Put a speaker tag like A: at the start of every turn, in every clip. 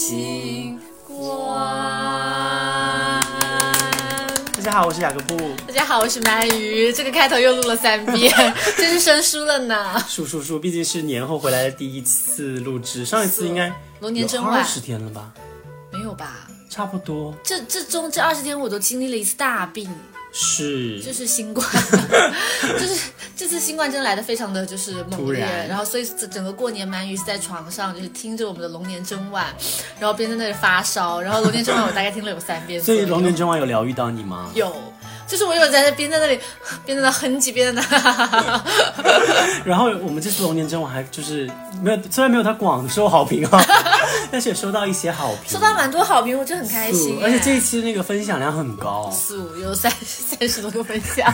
A: 情观。
B: 大家好，我是雅各布，
A: 大家好，我是鳗鱼，这个开头又录了三 遍，真是生疏了呢。
B: 数数数，毕竟是年后回来的第一次录制，上一次应该
A: 龙年真
B: 二
A: 晚，
B: 十天了吧，
A: 没有吧？
B: 差不多
A: 这这中这二十天我都经历了一次大病，
B: 是
A: 就是新 冠，就是这次新冠真的来的非常的就是猛
B: 突
A: 烈，
B: 然
A: 然后所以整个过年鳗鱼是在床上就是听着我们的龙年真晚，然后边在那里发烧，然后龙年真晚我大概听了有三遍左
B: 所
A: 右，
B: 以龙年真晚有疗愈到你吗？
A: 有，就是我有在边在那里边在那哼唧，边在那，
B: 然后我们这次龙年真晚还就是没有，虽然没有他广受好评啊， 但是也收到一些好评，
A: 收到哎蛮多好评，我就很开心耶。
B: 素而且这一期那个分享量 很高，
A: 组有三三十多个分享，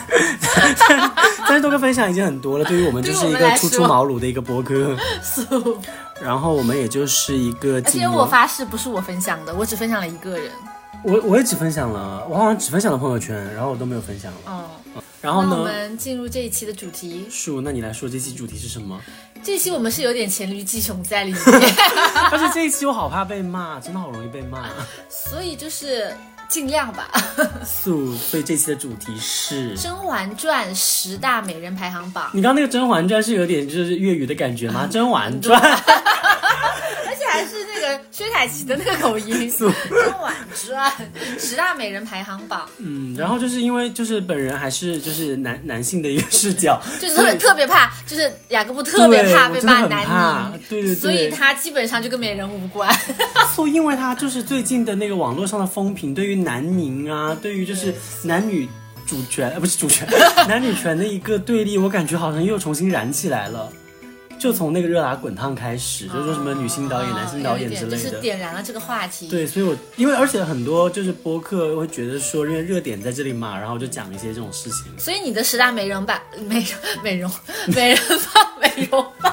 B: 三十多个分享已经很多了，对于我们就
A: 对于
B: 是
A: 我
B: 一
A: 们
B: 个
A: 来
B: 初出
A: 说
B: 茅庐的一个博客，
A: 组。
B: 然后我们也就是一个
A: 而
B: 仅
A: 且
B: 有，
A: 我发誓不是我分享的，我只分享了一个人。嗯
B: 我我也只分享了，我好像只分享了朋友圈，然后我都没有分享了。
A: 嗯，
B: 然
A: 那
B: 后
A: 我
B: 呢，
A: 们进入这一期的主题，
B: 树，那你来说这期主题是什么？
A: 这一期我们是有点黔驴技穷在里面，
B: 而且这一期我好怕被骂，真的好容易被骂。
A: 所以就是尽量吧。
B: 素，所以这期的主题是。
A: 《甄嬛传》十大美人排行榜，
B: 你刚刚那个《甄嬛传》是有点就是粤语的感觉 吗？《甄嬛传》
A: 而且还是那个薛凯琪的那个口 音，《
B: 素，
A: 甄嬛传》十大美人排行榜，
B: 嗯，然后就是因为就是本人还是就是男男性的一个视角，
A: 就是特别
B: 所以
A: 特别怕，就是雅各布特别
B: 对
A: 怕
B: 我
A: 被
B: 真的
A: 骂
B: 很
A: 南
B: 怕
A: 宁，
B: 对对对
A: 所以他基本上就跟美人无关。
B: 素，因为他就是最近的那个网络上的风评，对于南宁啊，对于就是男女主权呃不是主权， 男女权的一个对立，我感觉好像又重新燃起来了。就从那个热辣滚烫开始，就是说什么女性导演、男性导演之
A: 就
B: 类
A: 是
B: 的。
A: 哦点燃了这个话题。
B: 对，所以我因为而且很多就是播客会觉得说，因为热点在这里嘛，然后就讲一些这种事情。
A: 所以你的十大美容版美容 美容美人榜 美容榜，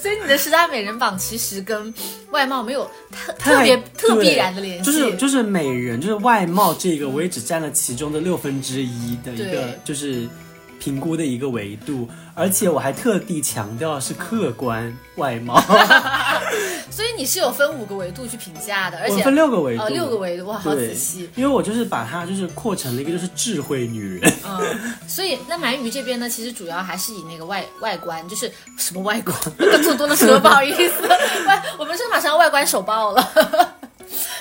A: 所以你的十大美人榜其实跟外貌没有特特别
B: 太
A: 特
B: 对
A: 必然的联系，
B: 就是就是美人，就是外貌这个，我也只占了其中的六分之一的一个
A: 对
B: 就是评估的一个维度，而且我还特地强调是客观外貌，
A: 嗯 所以你是有分五个维度去评价的，而
B: 我
A: 且
B: 分六个维度，
A: 呃六个维度，哇，好
B: 对
A: 仔细。，
B: 因为我就是把它就是扩成了一个就是智慧女人，
A: 嗯，所以那鳗鱼这边呢，其实主要还是以那个外 外观，就是什么外观，我做多了什么，不好意思， 外我们是马上外观手爆了，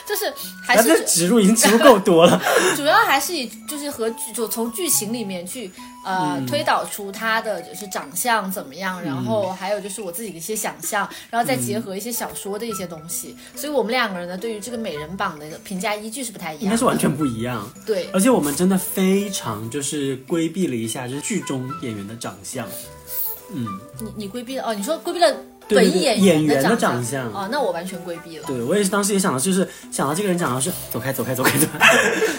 A: 就是还
B: 咱们
A: 是
B: 的植入已经植入够多了，
A: 主要还是以就是和剧就从剧情里面去呃、
B: 嗯
A: 推导出他的就是长相怎么样，然后
B: 嗯
A: 还有就是我自己的一些想象，然后再结合一些小说的一些东西，所以我们两个人呢，对于这个美人榜的评价依据是不太一
B: 应该
A: 样
B: 是
A: 的，
B: 完全不一样。
A: 对。
B: 而且我们真的非常就是规避了一下，就是剧中演员的长相，嗯。
A: 你你规避了哦？你说规避了
B: 对
A: 本
B: 对对
A: 意
B: 演员
A: 员
B: 的
A: 长
B: 长相
A: 哦，那我完全规避了。
B: 对，我也是当时也想到，就是想到这个人讲的是走开，走开，走开，走开。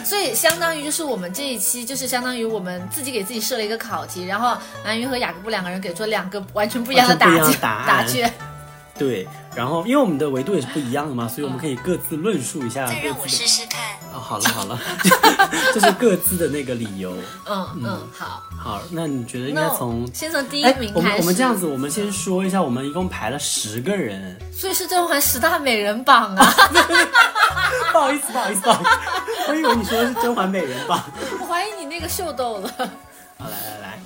A: 所以相当于就是我们这一期就是相当于我们自己给自己设了一个考题，然后南云和雅各布两个人给出了两个完全不一样的答
B: 完全不一样的
A: 卷，
B: 答案
A: 答卷。
B: 对，然后因为我们的维度也是不一样的嘛，所以我
A: 嗯
B: 们可以各自论述一下
C: 再
B: 各
C: 让我
B: 自的。
C: 试试看。
B: 哦，好了好了， 就是各自的那个理由。
A: 嗯嗯，好，
B: 好，那你觉得应该
A: 那
B: 从
A: 我？先从第一
B: 哎
A: 名，
B: 我们
A: 开始。
B: 我们这样，子，我们先说一下，我们一共排了十 个人。
A: 所以是甄嬛十大美人榜啊！
B: 不好意思，不好意思，不好意思，我以为你说的是《甄嬛美人榜
A: 我怀疑你那个秀逗了。》。
B: 好，来来来，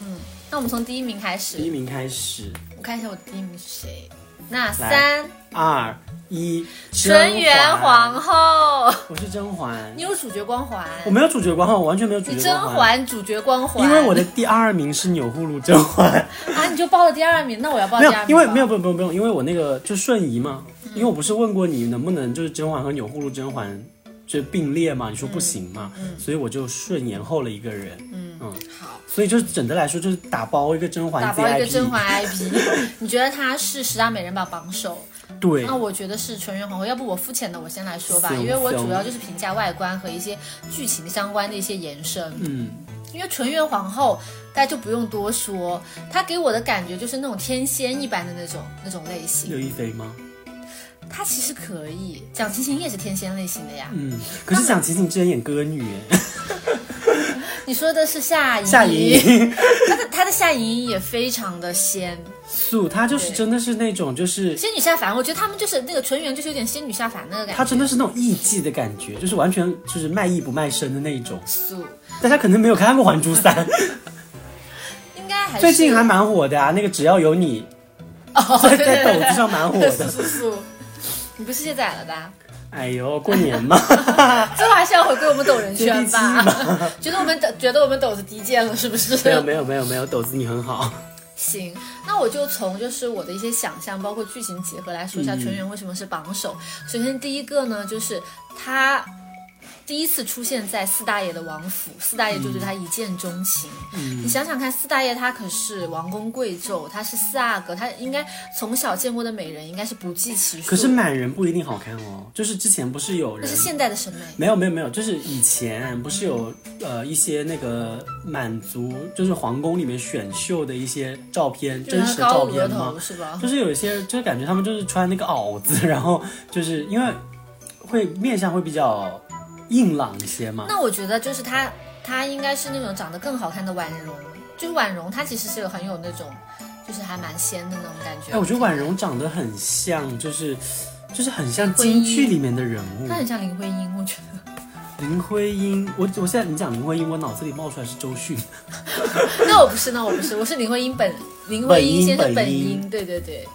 A: 那我们从第一名开
B: 第一
A: 始，
B: 名开始，
A: 我看一下我的第一名是谁。那
B: 来
A: 三，
B: 二一，
A: 纯元
B: 甄嬛，
A: 皇后，
B: 我是甄嬛
A: 你。有主角光环，
B: 我没有主角光环，我完全没有主
A: 你
B: 角
A: 甄
B: 光环。
A: 嬛主角光环，
B: 因为我的第二名是钮祜禄甄嬛，
A: 啊，你就报了第二名，那我要报
B: 没
A: 第二
B: 有
A: 名吧，嗯
B: 因为没有不用不用不用，因为我那个就瞬移嘛，因为我不是问过你能不能就是甄嬛和钮祜禄甄嬛就并列嘛，你说不行嘛，
A: 嗯
B: 所以我就顺延后了一个人，嗯
A: 好。
B: 所以就是整的来说就是打包一个甄嬛
A: 打
B: CIP，
A: 包一个甄嬛 IP，你 觉得她是十大美人榜榜首？
B: 对
A: 那我觉得是纯元皇后。要不我肤浅的我先来说吧，
B: 行
A: 因为我主
B: 行
A: 要就是评价外观和一些剧情相关的一些延伸。
B: 嗯
A: 因为纯元皇后，大家就不用多说，她给我的感觉就是那种天仙一般的那种那种类型。
B: 刘亦菲吗？
A: 她其实可以，蒋勤勤也是天仙类型的呀。
B: 嗯，可是蒋勤勤之前演歌女，哎
A: 你说的是夏莹，
B: 夏莹
A: 她的 她的夏莹也非常的仙，
B: 素，她就是真的是那种就 是
A: 仙女下凡。我觉得他们就是那个纯元，就是有点仙女下凡那个感
B: 她
A: 觉。
B: 真的是那种艺妓的感觉，就是完全就是卖艺不卖身的那一种。
A: 素
B: 但她可能没有看过《还珠 三》，
A: 应该还是
B: 最近还蛮火的啊，那个只要有你
A: 哦，
B: 在
A: 对 对
B: 在
A: 对
B: 抖子上蛮 火
A: 对，素
B: 的。
A: 素素，你不是卸载了 吧？
B: 哎呦，过年 嘛，
A: 最后还是要回归我们抖人圈吧
B: 接
A: 觉
B: 地气。
A: 得我们抖觉得我们抖子低贱了是不是？
B: 没有没有没有没有，抖子你很好。
A: 行，那我就从就是我的一些想象，包括剧情结合来说一下纯元为什么是榜首。首先第一个呢，就是他第一次出现在四大爷的王府，四大爷就对他一见钟情。
B: 嗯
A: 你想想看，四大爷他可是王公贵胄，他是四阿哥，他应该从小见过的美人应该是不计其数。
B: 可是满人不一定好看哦，就是之前不是有
A: 那
B: 人
A: 是现代的审美。
B: 没有没有没有，就是以前不是有呃一些那个满族，就是皇宫里面选秀的一些照片，
A: 就是
B: 真
A: 他
B: 实的照
A: 高额
B: 片吗
A: 头？是吧？
B: 就是有一些，就是感觉他们就是穿那个袄子，然后就是因为会面相会比较硬朗一些嘛。
A: 那我觉得就是她，她应该是那种长得更好看的婉容，就是婉容，她其实是有很有那种，就是还蛮仙的那种感觉。
B: 哎，我觉得婉容长得很像，就是就是很像京剧里面的人物
A: 她。很像林徽因，我觉得。
B: 林徽因，我我现在你讲林徽因，我脑子里冒出来是周迅。
A: 那我不是，那我不是，我是林徽因本林徽因先生
B: 本
A: 本
B: 因
A: 因，对对对。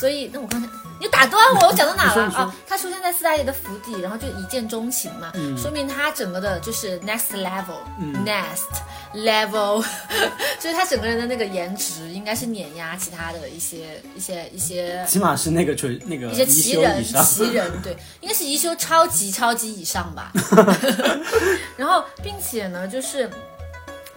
A: 所以，那我刚才你打断我，我讲到哪了
B: 你说你说
A: 啊？她出现在四大爷的府邸，然后就一见钟情嘛，
B: 嗯
A: 说明她整个的就是 next level、next level，就是 她整个人的那个颜值应该是碾压其他的一些一些一些
B: 起码是那个纯那个
A: 一些
B: 呃一
A: 奇
B: 休以
A: 人，
B: 上，
A: 奇人对，应该是一休超级超级以上吧。 然后，并且呢，就是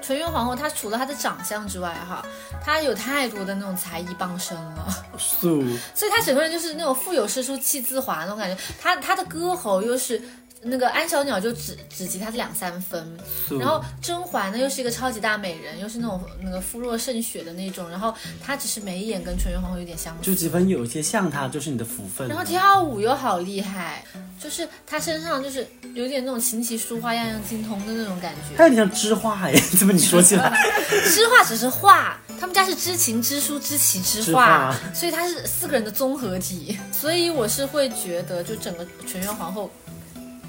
A: 纯元皇后，她除了她的长相之外，哈，她有太多的那种才艺傍身了，
B: 素
A: 所以她整个人就是那种腹有诗书气自华那种感觉。她她的歌喉又是那个安小鸟就只只及她两三分，
B: 素。
A: 然后甄嬛呢，又是一个超级大美人，又是那种那个肤若胜雪的那种，然后她只是眉眼跟纯元皇后有点相似。
B: 就几分有一些像他，就是你的福分。
A: 然后跳舞又好厉害，就是他身上就是有点那种琴棋书画样样精通的那种感觉。
B: 他有点像知画哎， 怎么你说起 来？
A: 知画只是画，他们家是知琴、知书、知棋、知
B: 知
A: 画
B: 画，
A: 所以他是四个人的综合体。所以我是会觉得，就整个纯元皇后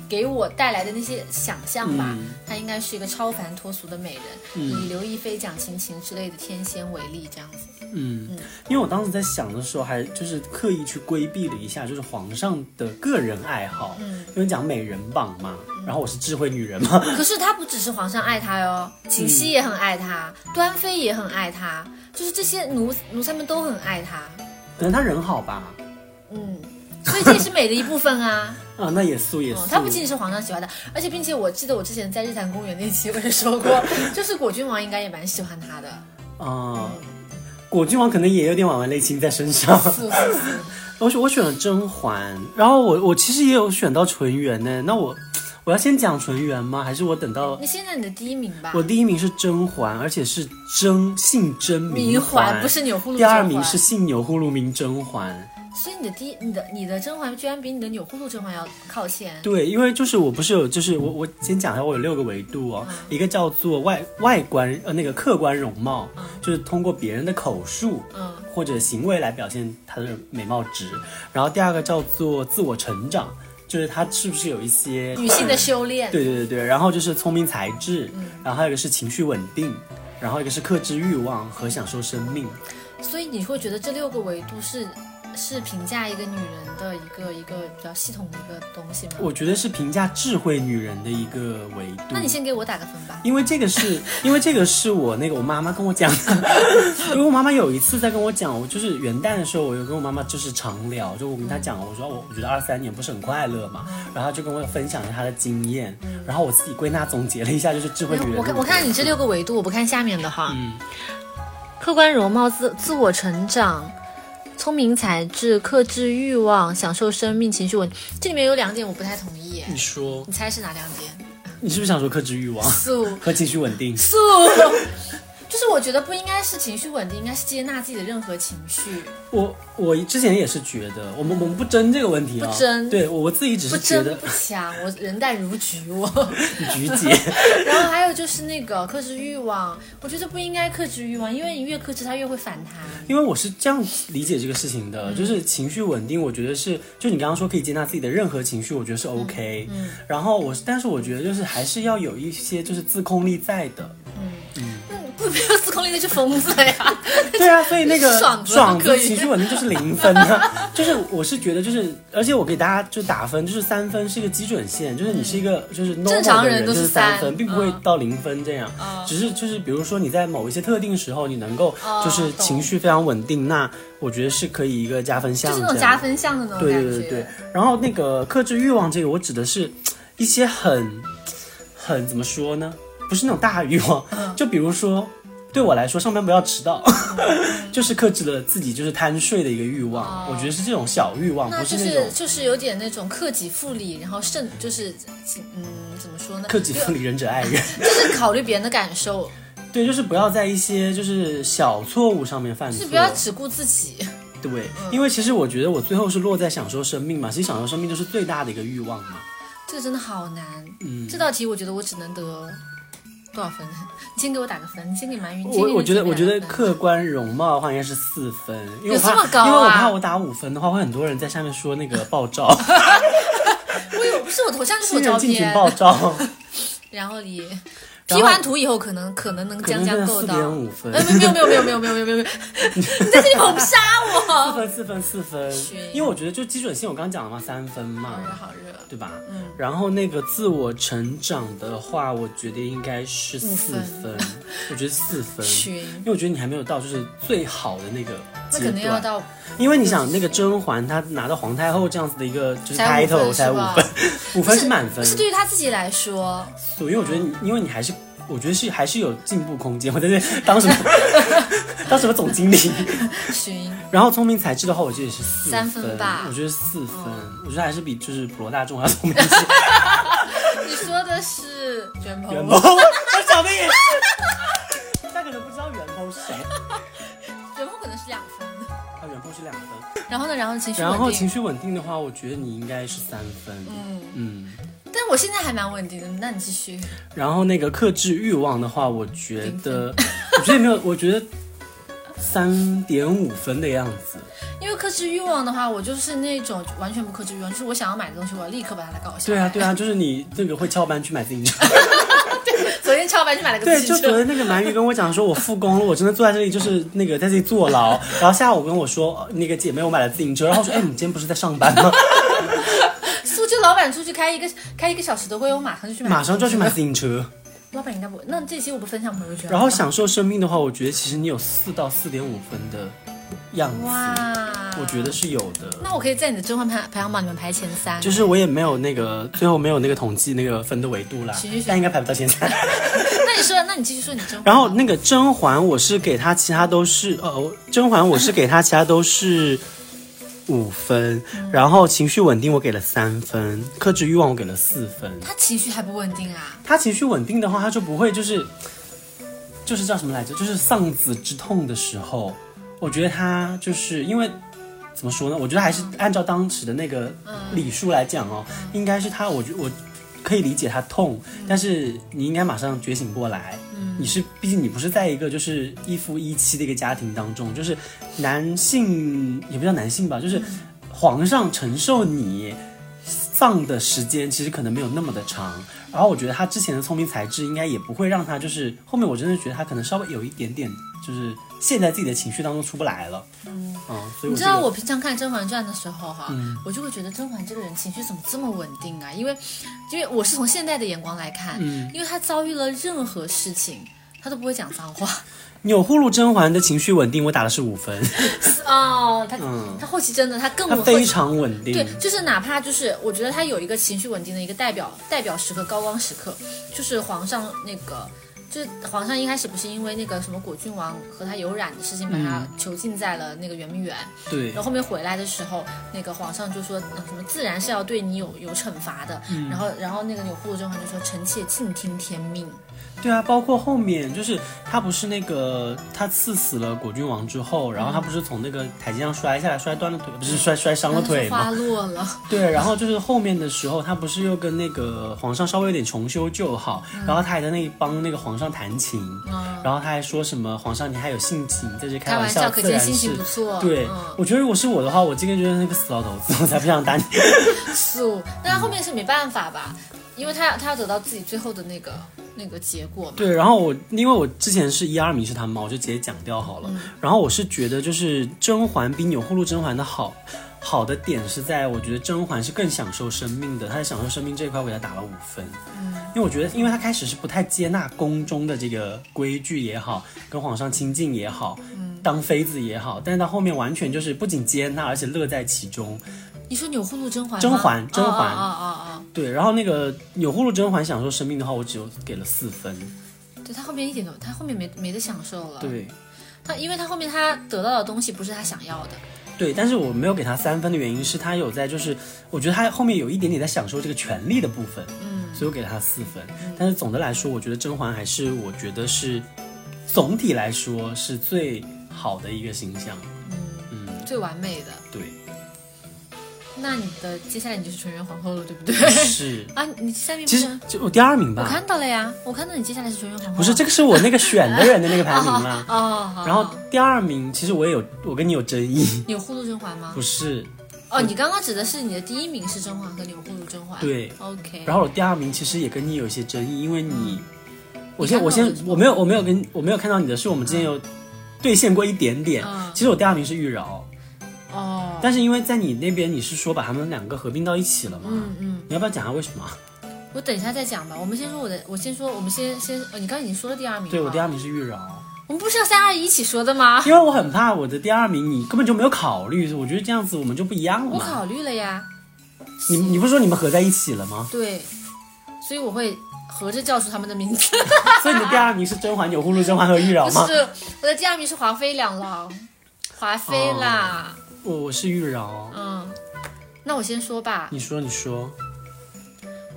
A: 给我带来的那些想象吧，
B: 嗯
A: 她应该是一个超凡脱俗的美人，以刘亦菲、蒋勤勤之类的天仙为例，这样子。
B: 嗯，因为我当时在想的时候，还就是刻意去规避了一下，就是皇上的个人爱好，
A: 嗯
B: 因为讲美人榜嘛，然后我是智慧女人嘛，
A: 可是他不只是皇上爱他哟，
B: 嗯
A: 槿汐也很爱他，端妃也很爱他，就是这些奴奴才们都很爱他。
B: 可能他人好吧，
A: 嗯，所以这也是美的一部分 啊。
B: 啊，那也素也素
A: 嗯，，他不仅仅是皇上喜欢他，而且并且我记得我之前在日坛公园那期我也说过， 就是果郡王应该也蛮喜欢他的。嗯
B: 啊，果郡王可能也有点晚晚泪青在身上。
A: 是是是，
B: 我选我选了甄嬛，然后我我其实也有选到纯元呢，那我我要先讲纯元吗？还是我等到？
A: 你现在你的第一名吧
B: 我，第一名是甄嬛，而且是甄姓甄
A: 明
B: 嬛，
A: 不是钮祜禄
B: 第
A: 甄
B: 二
A: 嬛。
B: 名是姓钮祜禄名甄嬛。
A: 所以你的第一你的你的甄嬛居然比你的钮祜禄甄嬛要靠前。
B: 对，因为就是我不是有，就是我我先讲一下，我有六个维度
A: 嗯
B: 哦，一个叫做外外观呃那个客观容貌，就是通过别人的口述。
A: 嗯，
B: 或者行为来表现她的美貌值，然后第二个叫做自我成长，就是她是不是有一些
A: 女性的修炼。
B: 对对对对，然后就是聪明才智，
A: 嗯
B: 然后还有一个是情绪稳定，然后一个是克制欲望和享受生命。
A: 所以你会觉得这六个维度是是评价一个女人的一个一个比较系统的一个东西吗？
B: 我觉得是评价智慧女人的一个维度。
A: 那你先给我打个分吧。
B: 因为这 个是，因为这个是我那个我妈妈跟我讲的，因为我妈妈有一次在跟我讲，我就是元旦的时候，我有跟我妈妈就是常聊，就我跟她
A: 嗯
B: 讲，我说我我觉得二三年不是很快乐嘛，然后她就跟我分享一下她的经验，然后我自己归纳总结了一下，就是嗯智慧女人。
A: 嗯我看我看你这，六个维度，我不看下面的哈。客观容貌、自自我成长、聪明才智、克制欲望、享受生命、情绪稳，这里面有两点我不太同意耶。
B: 你说
A: 你猜是哪两点？
B: 你是不是想说克制欲望
A: 素
B: 和情绪稳 定？
A: 素，就是是我觉得不应该是情绪稳定，应该是接纳自己的任何情绪。
B: 我我之前也是觉得，我们我们不争这个问题啊，
A: 不争
B: 对我我自己只
A: 不
B: 是觉
A: 争
B: 得
A: 不抢，我人淡如菊我。
B: 菊姐，
A: 然后还有就是那个克制欲望，我觉得不应该克制欲望，因为你越克制它越会反弹。
B: 因为我是这样理解这个事情的，就是情绪稳定，我觉得是，就你刚刚说可以接纳自己的任何情绪，我觉得是 OK。嗯，然后我，但是我觉得就是还是要有一些就是自控力在的。
A: 嗯，不不要自控力那是疯子呀。
B: 对啊，所以那个
A: 爽子
B: 爽
A: 可
B: 子
A: 以
B: 情绪稳定就是零分啊， 就是我是觉得就是，而且我给大家就打分，就是三分是一个基准线，就是你是一个就是 normal
A: 嗯正常
B: 的
A: 人都
B: 就是是三
A: 三
B: 分，并不会
A: 嗯
B: 到零分这样，
A: 嗯
B: 只是就是比如说你在某一些特定时候你能够
A: 哦
B: 就是
A: 懂
B: 情绪非常稳定，那我觉得是可以一个加分 项
A: 就
B: 这
A: 是
B: 样，
A: 那种加分项的那种
B: 对
A: 感觉。
B: 对对对。然后那个克制欲望这个，我指的是一些很很怎么说呢？不是那种大欲望，
A: 嗯
B: 就比如说。对我来说，上班不要迟到，
A: 嗯
B: 就是克制了自己就是贪睡的一个欲望。我觉得是这种小欲望，
A: 哦那
B: 不
A: 就是
B: 那种
A: 是就是有点那种克己复礼，然后慎就是嗯怎么说呢？
B: 克己复礼，仁者爱人。
A: 就，就是考虑别人的感受，
B: 对，就是不要在一些就是小错误上面犯错。
A: 就是不要嗯只顾自己。
B: 对，因为其实我觉得我最后是落在享受生命嘛，其实享受生命就是最大的一个欲望嘛。
A: 这个真的好难。嗯，这道题我觉得我只能得多少分？你先给我打个分，你先给马云。
B: 我我觉得我觉得
A: 可
B: 客观容貌的话应该是四分，因为我
A: 有
B: 怕
A: 这么高啊
B: 因为我怕我打五分的话，会很多人在下面说那个爆 照，
A: 不是我头像就是我
B: 新
A: 照
B: 人进群
A: 片，
B: 爆照，
A: 然后你
B: 然后
A: P 完图以后可能可能能
B: 可
A: 将
B: 能
A: 将
B: 是
A: 够
B: 四
A: 到。
B: 点五分
A: 哎，， 没有没有没有没有没有没有没有 没有，你在这里猛杀
B: 四
A: 我！
B: 分四分四分，
A: 是
B: 因为我觉得就基准线我刚刚讲了嘛，三分
A: 好热
B: 嘛，
A: 好热，
B: 对吧？
A: 嗯。
B: 然后那个自我成长的话，我觉得应该是四分， 我觉得四分，
A: 群，
B: 因为我觉得你还没有到就是最好的那个
A: 那
B: 阶
A: 肯定要
B: 段，
A: 到
B: 因为你想那个甄嬛她拿到皇太后这样子的一个就是
A: 才五分
B: title 才
A: 是
B: 五
A: 吧
B: 分，五分是满分，
A: 是对于他自己来说，
B: 所以我觉得你，因为你还是，我觉得是还是有进步空间。我 在这当什么当什么总经理，
A: 寻
B: 然后聪明才智的话，我觉得也是四
A: 三
B: 分
A: 分吧嗯
B: 我觉得四分，我觉得还是比就是普罗大众还要聪明一些。
A: 你说的是卷头
B: 袁，鹏，我小妹也是，大家可能不知道袁鹏是谁，
A: 卷头可能是两分。
B: 啊，袁鹏是两分，
A: 然后呢，然后情绪
B: 然后
A: 稳
B: 情
A: 定，
B: 绪稳定的话，我觉得你应该是三分，
A: 嗯，
B: 嗯。
A: 但我现在还蛮稳定的。那你继续，
B: 然后那个克制欲望的话，我觉得，我觉得没有，我觉得三点五分的样子。
A: 因为克制欲望的话，我就是那种完全不克制欲望，就是我想要买的东西，我要立刻把它搞下
B: 对啊，
A: 来。
B: 对啊，就是你那个会翘班去买自 行车。
A: 昨天超白去买了个
B: 对，
A: 自
B: 就
A: 行
B: 昨
A: 车，
B: 天那个鳗鱼跟我讲说，我复工了，我真的坐在这里就是那个在这里坐牢。然后下午跟我说，呃那个姐妹我买了自行车，然后我说，哎，你今天不是在上 班吗？
A: 苏州老板出去开一个开一个小时的会，我马上就去买，
B: 马上就要去买。自行车。
A: 老板应该不，那这期我不分享朋友圈。
B: 然后，享受生命的话，我觉得其实你有四到四点五分的样子，
A: 哇，
B: 我觉得。是有的。
A: 那我可以在你的甄嬛排排行榜里面排前三，
B: 就是我也没有那个最后没有那个统计那个分的维度啦
A: 行行，行
B: 但应该排不到前三。
A: 那你说，那你继续说你甄嬛吧。
B: 然后那个甄嬛，我是给她，其他都是呃，甄嬛我是给她，其他都是五分。然后情绪稳定我给了三分，克制欲望我给了四分。
A: 他情绪还不稳定啊？
B: 她情绪稳定的话，她就不会就是就是叫什么来着，就是丧子之痛的时候，我觉得她就是因为。怎么说呢？我觉得还是
A: 嗯
B: 按照当时的那个礼数来讲哦，应该是她，我觉我可以理解她痛，
A: 嗯
B: 但是你应该马上觉醒过来。你是，毕竟你不是在一个就是一夫一妻的一个家庭当中，就是男性也不叫男性吧，就是
A: 嗯
B: 皇上承受你丧的时间其实可能没有那么的长。然后我觉得他之前的聪明才智应该也不会让他就是后面我真的觉得他可能稍微有一点点就是陷在自己的情绪当中出不来了。嗯，所以
A: 你
B: 我嗯
A: 知
B: 这个
A: 道我平常看《甄嬛传》的时候哈、我就会觉得甄嬛这个人情绪怎么这么稳定啊？因为，因为我是从现代的眼光来看，
B: 嗯
A: 因为她遭遇了任何事情，她都不会讲脏话。
B: 钮祜禄甄嬛的情绪稳定，我打的是五 分，
A: 哦，她、
B: 嗯
A: 她后期真的她更
B: 她
A: 稳
B: 非常稳定
A: 对。，就是哪怕就是，我觉得他有一个情绪稳定的一个代表代表时刻高光时刻，就是皇上那个就是皇上一开始不是因为那个什么果郡王和他有染的事情，把他囚禁在了那个圆明园。
B: 嗯对
A: 然后后面回来的时候，那个皇上就说、呃什么自然是要对你有有惩罚的。
B: 嗯
A: 然后然后那个钮祜禄甄嬛就说臣妾静听天命。
B: 对啊，包括后面就是他不是那个他刺死了果郡王之后，然后他不是从那个台阶上摔下来，摔断了腿，不是摔摔伤了腿吗？
A: 花落了，
B: 对，然后就是后面的时候，他不是又跟那个皇上稍微有点重修旧好，
A: 嗯
B: 然后他还在那里帮那个皇上弹琴，然后他还说什么皇上你还有性情，在这
A: 开
B: 玩
A: 玩笑，可
B: 自
A: 见
B: 然
A: 心情
B: 是
A: 不。错。
B: 对，
A: 嗯
B: 我觉得如果是我的话，我今天觉得那个死老头子，我才不想打你。
A: 素，但后面是没办法吧，因为他要他要得到自己最后的那个那个结果嘛。
B: 对，然后我因为我之前是一二名是他们嘛，我就直接讲掉好了。然后我是觉得就是甄嬛比钮祜禄甄嬛的好。好的点是在，我觉得甄嬛是更享受生命的，她在享受生命这一块，我给她打了五分。嗯，因为我觉得，因为她开始是不太接纳宫中的这个规矩也好，跟皇上亲近也好，当妃子也好，但是到后面完全就是不仅接纳，而且乐在其中。
A: 你说钮祜禄甄嬛吗？
B: 甄嬛甄嬛
A: 啊啊啊！
B: 对，然后那个钮祜禄甄嬛享受生命的话，我只有给了四分。
A: 哦对他后面一点都，他后面没没得享受了。，
B: 对，
A: 他因为他后面他得到的东西不是他想要的。
B: 对，但是我没有给他三分的原因是他有在，就是我觉得他后面有一点点在享受这个权利的部分，嗯，所以我给了他四分。
A: 嗯
B: 但是总的来说，我觉得甄嬛还是我觉得是总体来说是最好的一个形象，
A: 嗯，最完美的。
B: 对，
A: 那你的接下来你就是纯元皇后了，对 不对？
B: 是。
A: 啊，你第三名不
B: 其
A: 是
B: 实？就我第二名
A: 我
B: 吧，
A: 看到了呀，我看到你接下来是纯元皇后啊。。
B: 不是这个是我那个选的人的那个排名啦
A: 哦，好
B: 然后
A: 好
B: 第二名其实我也有，我跟你有争议，
A: 钮祜禄甄嬛吗
B: 不？是。
A: 哦，你刚刚指的是你的第一名是甄嬛和钮祜禄甄嬛。
B: 对
A: ，OK。
B: 然后我第二名其实也跟你有一些争议，因为你，我
A: 嗯看
B: 先
A: 到
B: 我先
A: 的是吗
B: 我没有我没有跟我没有看到你的，是我们之间有兑现过一点点。
A: 嗯
B: 其实我第二名是玉娆，
A: 哦，
B: 但是因为在你那边你是说把他们两个合并到一起了嘛？
A: 嗯嗯。
B: 你要不要讲下为什么？
A: 我等一下再讲吧，我们先说我的，我先说，我们先先，呃，你刚才已经说了第二名了，
B: 对我第
A: 二，
B: 二名是玉娆，
A: 我们不是要三二一起说的吗？
B: 因为我很怕我的第二名你根本就没有考虑，我觉得这样子我们就不一样了
A: 我
B: 嘛。
A: 考虑了呀，？
B: 你你不是说你们合在一起了吗
A: 对，所以我会合着叫出他们的名字，
B: 所以你的第二名是甄嬛、钮祜禄、甄嬛和玉
A: 不
B: 娆 吗？
A: 是我的第二名是华妃两郎，华
B: 哦
A: 妃啦，
B: 我我是玉娆，
A: 嗯，那我先说吧，
B: 你说你说，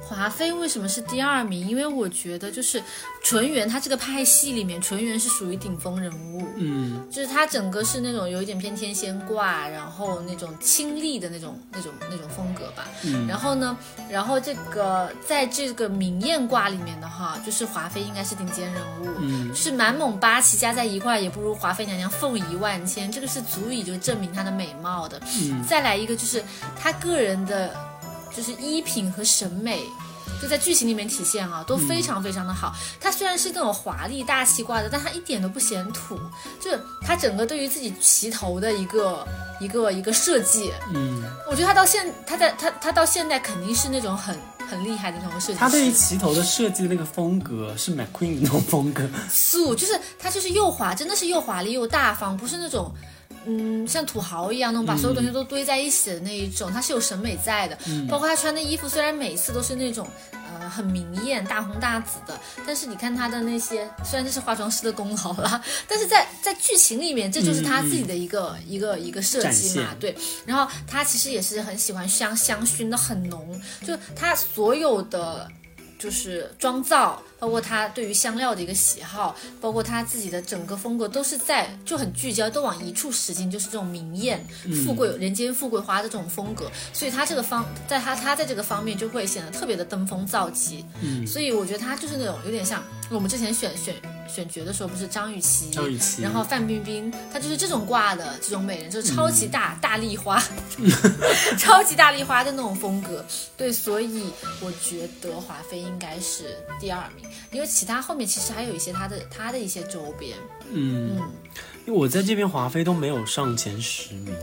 A: 华妃为什么是第二名？因为我觉得就是纯元他这个派系里面，纯元是属于顶峰人物，
B: 嗯，
A: 就是他整个是那种有一点偏天仙卦，然后那种清丽的那种那种那种风格吧。
B: 嗯
A: 然后呢，然后这个在这个明艳卦里面的话，就是华妃应该是顶尖人物。
B: 嗯
A: 就是满蒙八旗加在一块儿，也不如华妃娘娘凤仪万千，这个是足以就证明她的美貌的。
B: 嗯
A: 再来一个就是她个人的，就是衣品和审美，就在剧情里面体现啊，都非常非常的好。她虽然是那种华丽大气挂的，但她一点都不显土，就是她整个对于自己旗头的一个一个一个设计，
B: 嗯。
A: 我觉得她到现她在她她到现在肯定是那种很很厉害的那种设计师。
B: 他对于旗头的设计的那个风格是 McQueen 那种风格，
A: 素，就是她就是又华，真的是又华丽又大方，不是那种。嗯，像土豪一样那种
B: 嗯
A: 把所有东西都堆在一起的那一种，她是有审美在的。
B: 嗯
A: 包括她穿的衣服，虽然每次都是那种呃很明艳、大红大紫的，但是你看她的那些，虽然这是化妆师的功劳啦， 但是在在剧情里面，这就是她自己的一个、一个一个设
B: 嗯展
A: 计嘛
B: 现，
A: 对。然后她其实也是很喜欢香香薰的很浓，就她所有的就是妆造，包括他对于香料的一个喜好，包括他自己的整个风格，都是在就很聚焦，都往一处使劲，就是这种明艳、
B: 嗯
A: 富贵、人间富贵花的这种风格。所以他这个方，在他他在这个方面就会显得特别的登峰造极。
B: 嗯，
A: 所以我觉得他就是那种有点像我们之前选选选角的时候，不是张雨绮，
B: 张雨绮
A: 然后范冰冰，她就是这种挂的这种美人，就是超
B: 嗯
A: 级大、大丽 花，超级大丽花的那种风格。对，所以我觉得华妃应该是第二名，因为其他后面其实还有一些她的她的一些周边，
B: 嗯，我在这边华妃都没有上前十名，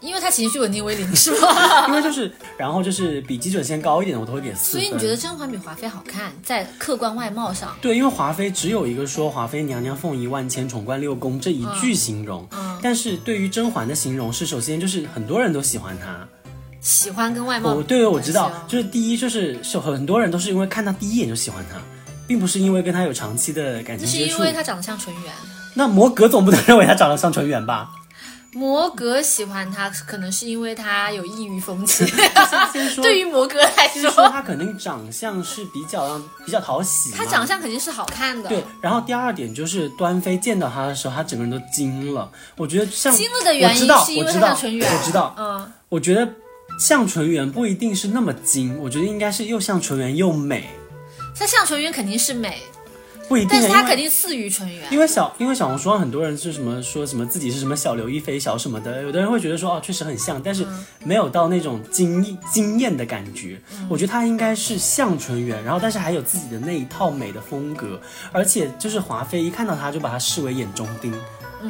A: 因为她情绪稳定为零，是吧？
B: 因为就是，然后就是比基准线高一点的我都会给四
A: 啊所
B: 分。
A: 以你觉得甄嬛比华妃好看，在客观外貌上，
B: 对，因为华妃只有一个说“华妃娘娘凤仪万千，宠冠六宫”这一句形容，
A: 嗯
B: 但是对于甄嬛的形容是，首先就是很多人都喜欢她。
A: 喜嗯欢跟外貌
B: 我对，我知道
A: 关，系啊
B: 就是第一就是是很多人都是因为看她第一眼就喜欢她，并不是因为跟他有长期的感
A: 那
B: 情
A: 是
B: 接
A: 因
B: 触。
A: 为他长得像纯元。
B: 那摩格总不能认为他长得像纯元吧？
A: 摩格喜欢他，可能是因为他有异域风情。
B: 先 说，
A: 对于摩格来
B: 先说
A: 说，
B: 他可能长相是比较让比较讨喜嘛。
A: 他长相肯定是好看的。
B: 对，然后第二点就是端妃见到他的时候，他整个人都惊了。我觉得像
A: 惊了的原
B: 我知
A: 因
B: 道
A: 是因
B: 我
A: 为他
B: 知
A: 像
B: 道
A: 纯元。
B: 我知道，
A: 嗯，
B: 我觉得像纯元不一定是那么精，我觉得应该是又像纯元又美，
A: 他像纯元肯定是美，
B: 不一定
A: 但
B: 啊。
A: 是他
B: 因为
A: 肯定次于纯元。
B: 因为小因为小红书上很多人是什么说什么自己是什么小刘亦菲小什么的，有的人会觉得说哦确实很像，但是
A: 嗯
B: 没有到那种惊异惊艳的感觉。
A: 嗯
B: 我觉得她应该是像纯元，然后但是还有自己的那一套美的风格，而且就是华妃一看到她就把她视为眼中钉。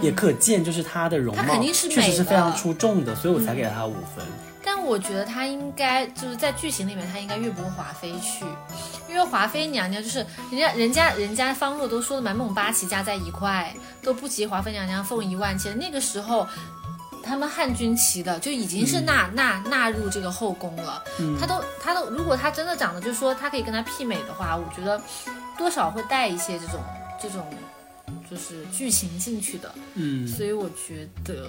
B: 也可见，就是她的容
A: 嗯她
B: 貌
A: 肯定是
B: 确实
A: 美
B: 是非常
A: 的
B: 出众的，所以我才给她五分。
A: 但我觉得他应该就是在剧情里面，他应该越不会华妃去，因为华妃娘娘就是人家人家人家方若都说的嘛，孟八旗加在一块都不及华妃娘娘俸一万钱。那个时候，他们汉军旗的就已经是纳、纳纳入这个后宫了。他都他都，如果他真的长得就是说他可以跟他媲美的话，我觉得多少会带一些这种这种就是剧情进去的。
B: 嗯，
A: 所以我觉得，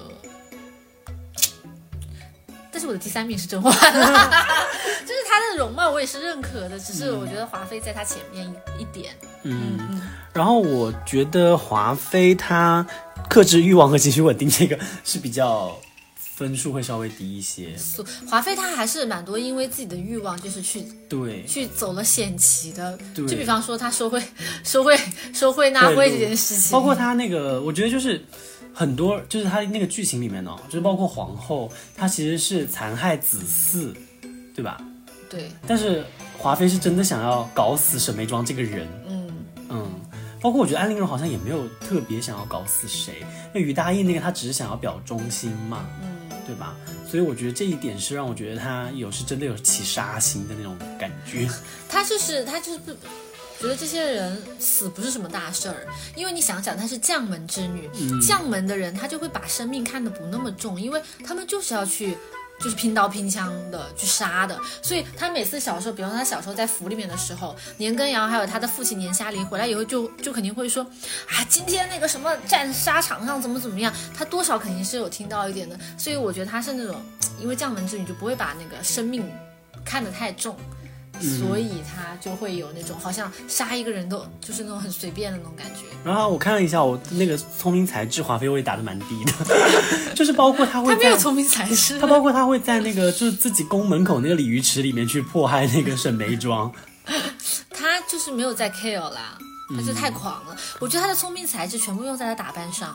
A: 但是我的第三名是甄嬛， 就是她的容貌我也是认可的，只是我觉得华妃在她前面一一点。
B: 嗯
A: 嗯，
B: 然后我觉得华妃她克制欲望和情绪稳定这个是比较分数会稍微低一些，
A: 所嗯华妃她还是蛮多因为自己的欲望，就是去
B: 对，
A: 去走了险棋的。
B: 对
A: 就比方说她收贿、收贿、收贿纳
B: 贿
A: 贿
B: 赂
A: 这件事情，
B: 包括她那个，我觉得就是。很多就是她那个剧情里面呢、就是包括皇后，她其实是残害子嗣，对吧？
A: 对，
B: 但是华妃是真的想要搞死沈眉庄这个人，
A: 嗯，
B: 嗯，包括我觉得安陵容好像也没有特别想要搞死谁，那于大义那个他只是想要表忠心嘛，嗯，对吧？所以我觉得这一点是让我觉得他有是真的有起杀心的那种感觉，
A: 她就是她就是不。觉得这些人死不是什么大事儿，因为你想想，她是将门之女，将门的人他就会把生命看得不那么重，因为他们就是要去。就是拼刀拼枪的去杀的，所以他每次小时候，比方说他小时候在府里面的时候，年羹尧还有他的父亲年下林回来以后就，就肯定会说，啊，今天那个什么战沙场上怎么怎么样，他多少肯定是有听到一点的，所以我觉得他是那种，因为将门之女就不会把那个生命看得太重，
B: 嗯
A: 所以他就会有那种好像杀一个人都就是那种很随便的那种感觉。
B: 然后我看了一下我那个聪明才智，华妃我也打得蛮低的， 就是包括他会
A: 他没有
B: 在。
A: 聪明才智，
B: 他包括他会在那个就是自己宫门口那个鲤鱼池里面去迫害那个沈眉庄，
A: 他就是没有在 care 啦，他就太狂了。
B: 嗯
A: 我觉得他的聪明才智全部用在了打扮上，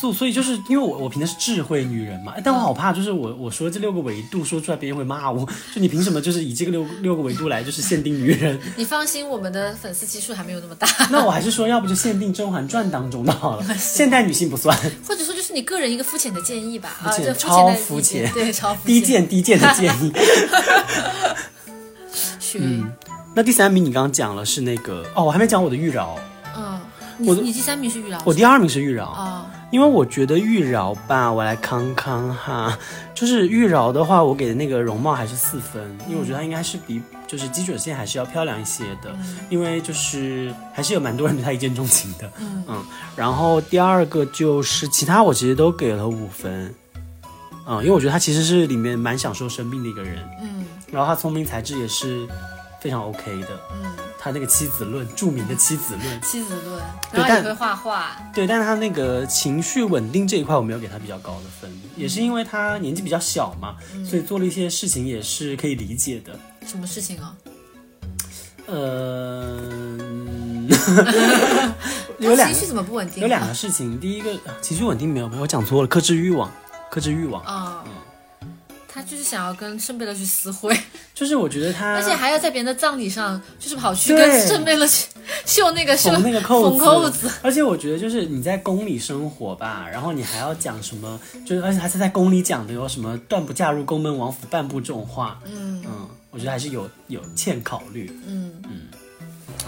B: 所所以就是因为我我凭的是智慧女人嘛，哎但我好怕就是我我说这六个维度说出来别人会骂我，就你凭什么就是以这个六六个维度来就是限定女 人？
A: 你放心，我们的粉丝基数还没有那么大，
B: 那我还是说要不就限定《甄嬛传》当中的好了，现代女性 不算，
A: 或者说就是你个人一个肤浅的建议吧，啊，
B: 肤浅
A: 这
B: 超
A: 肤
B: 肤
A: 浅
B: 浅
A: 的意见，对，超肤
B: 低
A: 浅。
B: 贱低贱的建议。
A: 去，嗯，
B: 那第三名你刚刚讲了是那个哦，我还没讲我的玉娆，
A: 你
B: 我的
A: 嗯你第三名是玉娆，
B: 我第二名是玉娆，
A: 啊，
B: 因为我觉得玉娆吧，我来康康哈，就是玉娆的话，我给的那个容貌还是四分，因为我觉得她应该是比就是基准线还是要漂亮一些的，因为就是还是有蛮多人对她一见钟情的，嗯然后第二个就是其他我其实都给了五分，嗯，因为我觉得她其实是里面蛮享受生命的一个人，
A: 嗯
B: 然后她聪明才智也是非常 OK 的，
A: 嗯，
B: 她那个妻子论，著名的妻子论，
A: 妻子论，
B: 对
A: 然后也
B: 但
A: 会画画，
B: 对，但是他那个情绪稳定这一块，我没有给他比较高的分，也是因为他年纪比较小嘛，所以做了一些事情也是可以理解的。
A: 什么事情啊？
B: 呃， 嗯有
A: 他
B: 两
A: 情绪怎么不稳定啊？
B: 有两个事情，第一个啊情绪稳定没有没有，我讲错了，克制欲望，克制欲望，
A: 啊，
B: 嗯
A: 他就是想要跟圣贝勒去私 会，
B: 就是我觉得他
A: 而且还要在别人的葬礼上，就是跑去
B: 啊对
A: 跟圣贝勒去 秀那个秀
B: 缝那个扣
A: 缝
B: 子，
A: 扣子，
B: 而且我觉得就是你在宫里生活吧，然后你还要讲什么，就是而且还是在宫里讲的有什么“断不嫁入宫门，王府半步”这种话，嗯我觉得还是有有欠考虑，
A: 嗯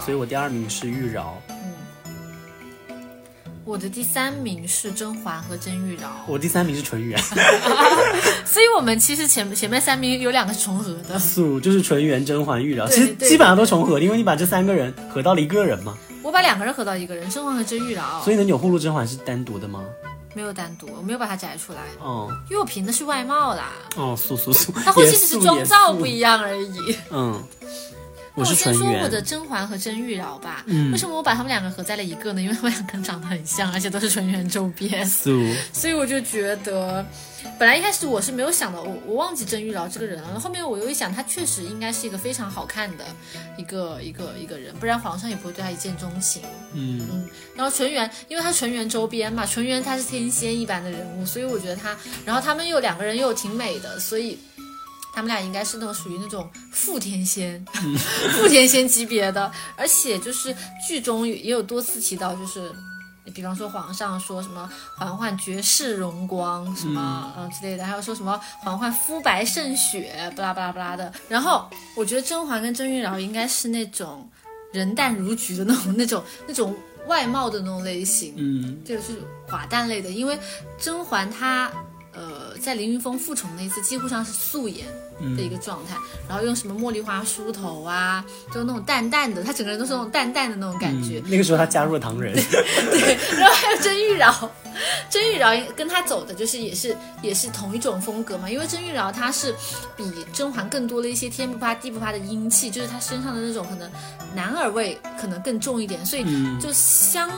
B: 所以我第二名是玉娆，
A: 我的第三名是甄嬛和甄玉娆，
B: 我第三名是 纯元，
A: 所以我们其实前前面三名有两个是重合的。
B: 素就是纯元、甄嬛、玉娆，
A: 对
B: 其实
A: 对
B: 基本上都重合的，因为你把这三个人合到了一个人嘛。
A: 我把两个人合到一个人，甄嬛和甄玉娆，
B: 所以呢，钮祜禄甄嬛是单独的吗？
A: 没有单独，我没有把它摘出来，
B: 哦
A: 因为我凭的是外貌啦，
B: 哦，素素素，
A: 它后期
B: 也
A: 只是
B: 素
A: 妆
B: 也
A: 造
B: 素
A: 不一样而已。
B: 嗯，
A: 那
B: 我
A: 我
B: 是
A: 先
B: 纯
A: 说我
B: 元，
A: 的甄嬛和甄玉娆吧，
B: 嗯
A: 为什么我把他们两个合在了一个呢？因为他们两个人长得很像，而且都是纯元周边，
B: 素
A: 所以我就觉得，本来一开始我是没有想到，我我忘记甄玉娆这个人了。后面我又一想，她确实应该是一个非常好看的一个一个一个人，不然皇上也不会对她一见钟情。
B: 嗯
A: 然后纯元，因为他纯元周边嘛，纯元他是天仙一般的人物，所以我觉得他，然后他们又两个人又挺美的，所以他们俩应该是那种属于那种副天仙、副天仙级别的。而且就是剧中也有多次提到，就是。比方说皇上说什么嬛嬛绝世荣光什么嗯之类的，还有说什么嬛嬛肤白胜雪，巴拉巴拉巴拉的。然后我觉得甄嬛跟甄玉娆应该是那种人淡如菊的那种那种那种外貌的那种类型，
B: 嗯
A: 这个是寡淡类的，因为甄嬛她。呃，在凌云峰复宠那一次，几乎上是素颜的一
B: 嗯
A: 个状态，然后用什么茉莉花梳头啊，就那种淡淡的，她整个人都是那种淡淡的那种感觉。
B: 嗯那个时候他加入了唐人，
A: 然后还有甄玉娆，甄玉娆跟她走的就是也是也是同一种风格嘛，因为甄玉娆她是比甄嬛更多了一些天不怕地不怕的英气，就是她身上的那种可能男儿味可能更重一点，所以
B: 嗯
A: 就相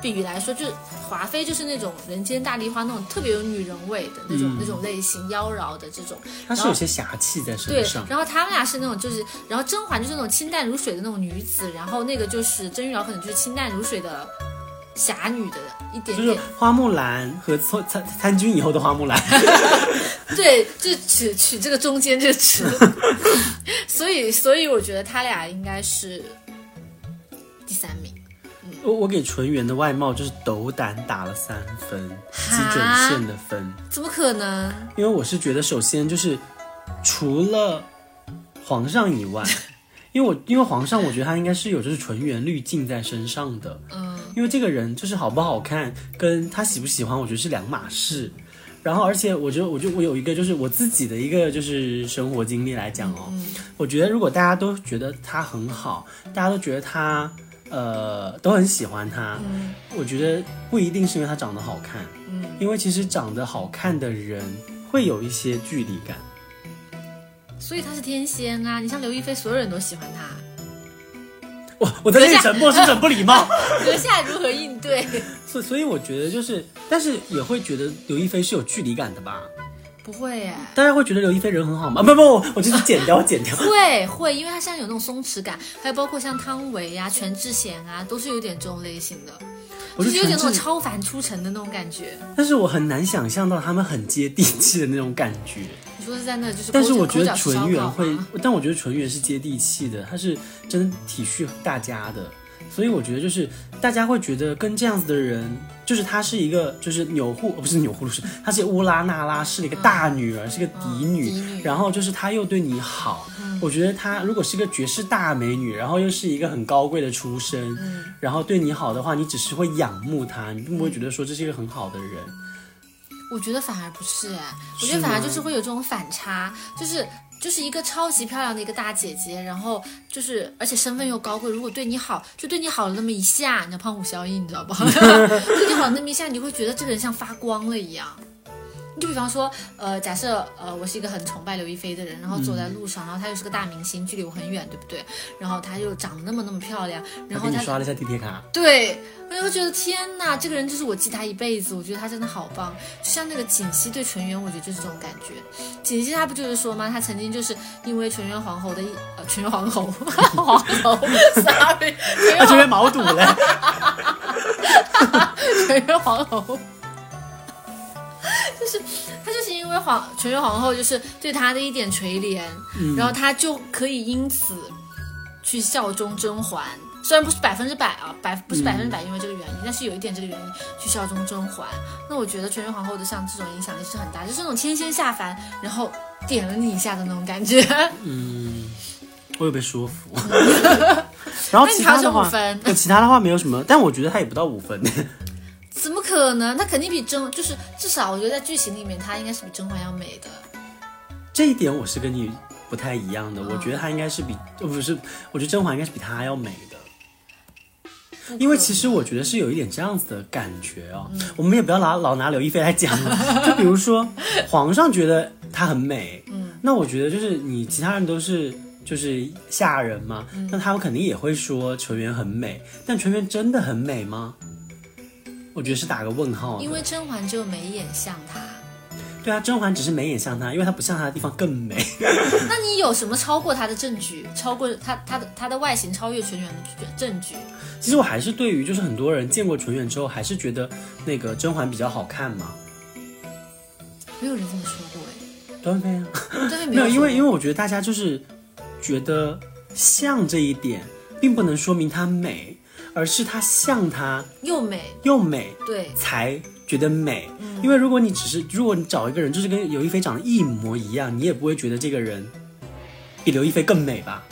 A: 比来说，就是华妃就是那种人间大丽花那种特别有女人味的那种、
B: 嗯
A: 那种类型，妖娆的这种。
B: 他是有些侠气在
A: 对
B: 身上，，
A: 然后他们俩是那种就是，然后甄嬛就是那种清淡如水的那种女子，然后那个就是甄玉娆可能就是清淡如水的侠女的一点
B: 就是
A: 点。
B: 花木兰和参参参军以后的花木 兰，
A: 对，就取取这个中间这个 词，所以所以我觉得他俩应该是第三名。
B: 我我给纯元的外貌就是斗胆打了三分，基准线的分，
A: 怎么可能？
B: 因为我是觉得首先就是除了皇上以外， 因为我因为皇上，我觉得他应该是有就是纯元滤镜在身上的，
A: 嗯，
B: 因为这个人就是好不好看，跟他喜不喜欢，我觉得是两码事。然后，而且我觉得，我就我有一个就是我自己的一个就是生活经历来讲哦，我觉得如果大家都觉得他很好，大家都觉得他呃都很喜欢他，我觉得不一定是因为他长得好看，因为其实长得好看的人会有一些距离感。
A: 所以他是天仙啊！你像刘亦菲，所有人都喜欢他，
B: 我我的那个沉默是不是很不礼貌？
A: 阁下如何应对？
B: 所以所以我觉得就是，但是也会觉得刘亦菲是有距离感的吧。
A: 不会哎、
B: 大家会觉得刘亦菲人很好吗？啊不不，我我就是剪掉，剪掉。
A: 会会，因为他身上有那种松弛感，还有包括像汤唯啊、全智贤啊，都是有点这种类型的，
B: 我
A: 就
B: 就是
A: 有点那种
B: 全智
A: 超凡出尘的那种感觉。
B: 但是我很难想象到他们很接地气的那种感觉。
A: 你说是在那就是抠脚，
B: 但是我觉
A: 抠
B: 得
A: 脚吃烧
B: 纯元
A: 烤
B: 会
A: 吗，
B: 但我觉得纯元是接地气的，他是真体恤大家的，所以我觉得就是大家会觉得跟这样子的人，就是她是一个就是钮祜呃不是钮祜禄氏，她是乌拉那拉氏的一个大女儿，是个嫡女，
A: 嗯嫡女嗯
B: 然后就是她又对你好，我觉得她如果是个绝世大美女，然后又是一个很高贵的出身，
A: 嗯
B: 然后对你好的话，你只是会仰慕她，你并不会觉得说这是一个很好的人，
A: 我觉得反而不是哎，我
B: 是
A: 觉得反而
B: 吗
A: 就是会有这种反差，就是就是一个超级漂亮的一个大姐姐，然后就是而且身份又高贵，如果对你好，就对你好了那么一下，你知道胖虎效应，你知道吧？ 对你好了那么一下，你会觉得这个人像发光了一样。你就比方说，呃，假设呃，我是一个很崇拜刘亦菲的人，然后走
B: 嗯
A: 在路上，然后她又是个大明星，距离我很远，对不对？然后她又长得那么那么漂亮，然
B: 她
A: 后
B: 给你
A: 她
B: 刷了一下地 铁卡，
A: 对，我就会觉得天呐，这个人就是我记他一辈子，我觉得他真的好棒。就像那个槿汐对纯元，我觉得就是这种感觉。槿汐她不就是说吗？她曾经就是因为纯元皇后的一呃纯元 皇后皇后，sorry，纯
B: 啊
A: 元
B: 这
A: 皇
B: 边毛肚嘞。
A: 纯元皇后。就是她就是因为皇纯元皇后就是对她的一点垂怜，
B: 嗯
A: 然后她就可以因此去效忠甄嬛。虽然不是百分之百啊，百不是百分之
B: 嗯
A: 百因为这个原因，但是有一点这个原因去效忠甄嬛。那我觉得纯元皇后的像这种影响力是很大，就是那种天仙下凡，然后点了你一下的那种感觉。
B: 哦我有被说服。然 后
A: 那你
B: 其
A: 还
B: 他
A: 剩
B: 的
A: 五
B: 话，
A: 分，
B: 对其他的话没有什么，但我觉得他也不到五分。
A: 这可能，她肯定比甄，就是至少我觉得在剧情里面，她应该是比甄嬛要美的。
B: 这一点我是跟你不太一样
A: 嗯
B: 的，我觉得她应该是比，呃不是，我觉得甄嬛应该是比她要美的。因为其实我觉得是有一点这样子的感觉哦，
A: 嗯
B: 我们也不要拿老拿刘亦菲来讲 了。就比如说，皇上觉得她很美，
A: 嗯
B: 那我觉得就是你其他人都是就是下人嘛，
A: 嗯
B: 那他们肯定也会说纯元很美，但纯元真的很美吗？我觉得是打个问号的。
A: 因为甄嬛只有眉眼像她。
B: 对啊，甄嬛只是眉眼像她，因为她不像她的地方更美。
A: 那你有什么超过她的证据？超过她她的她的外形超越纯元的证据？
B: 其实我还是对于就是很多人见过纯元之后，还是觉得那个甄嬛比较好看嘛。
A: 没有人这么说过哎，
B: 端妃啊，
A: 真的
B: 没有，因为因
A: 为
B: 为我觉得大家就是觉得像这一点，并不能说明她美，而是她像她
A: 又美，
B: 又美
A: 对，
B: 才觉得美。因为如果你只是如果你找一个人就是跟刘亦菲长得一模一样，你也不会觉得这个人比刘亦菲更美吧？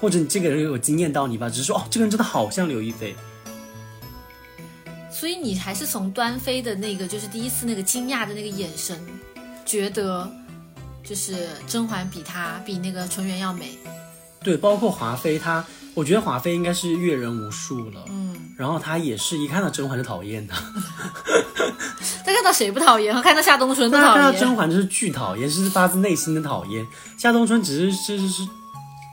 B: 或者你这个人有惊艳到你吧？只是说哦，这个人真的好像刘亦菲。
A: 所以你还是从端妃的那个，就是第一次那个惊讶的那个眼神，觉得就是甄嬛比她比那个纯元要美。
B: 对，包括华妃，她我觉得华妃应该是阅人无数了。
A: 嗯，
B: 然后她也是一看到甄嬛就讨厌她，
A: 她看到谁不讨厌？她看到夏冬春都
B: 但
A: 讨
B: 她看到甄
A: 厌。
B: 嬛就是巨讨厌，是发自内心的讨厌。夏冬春只是是是是，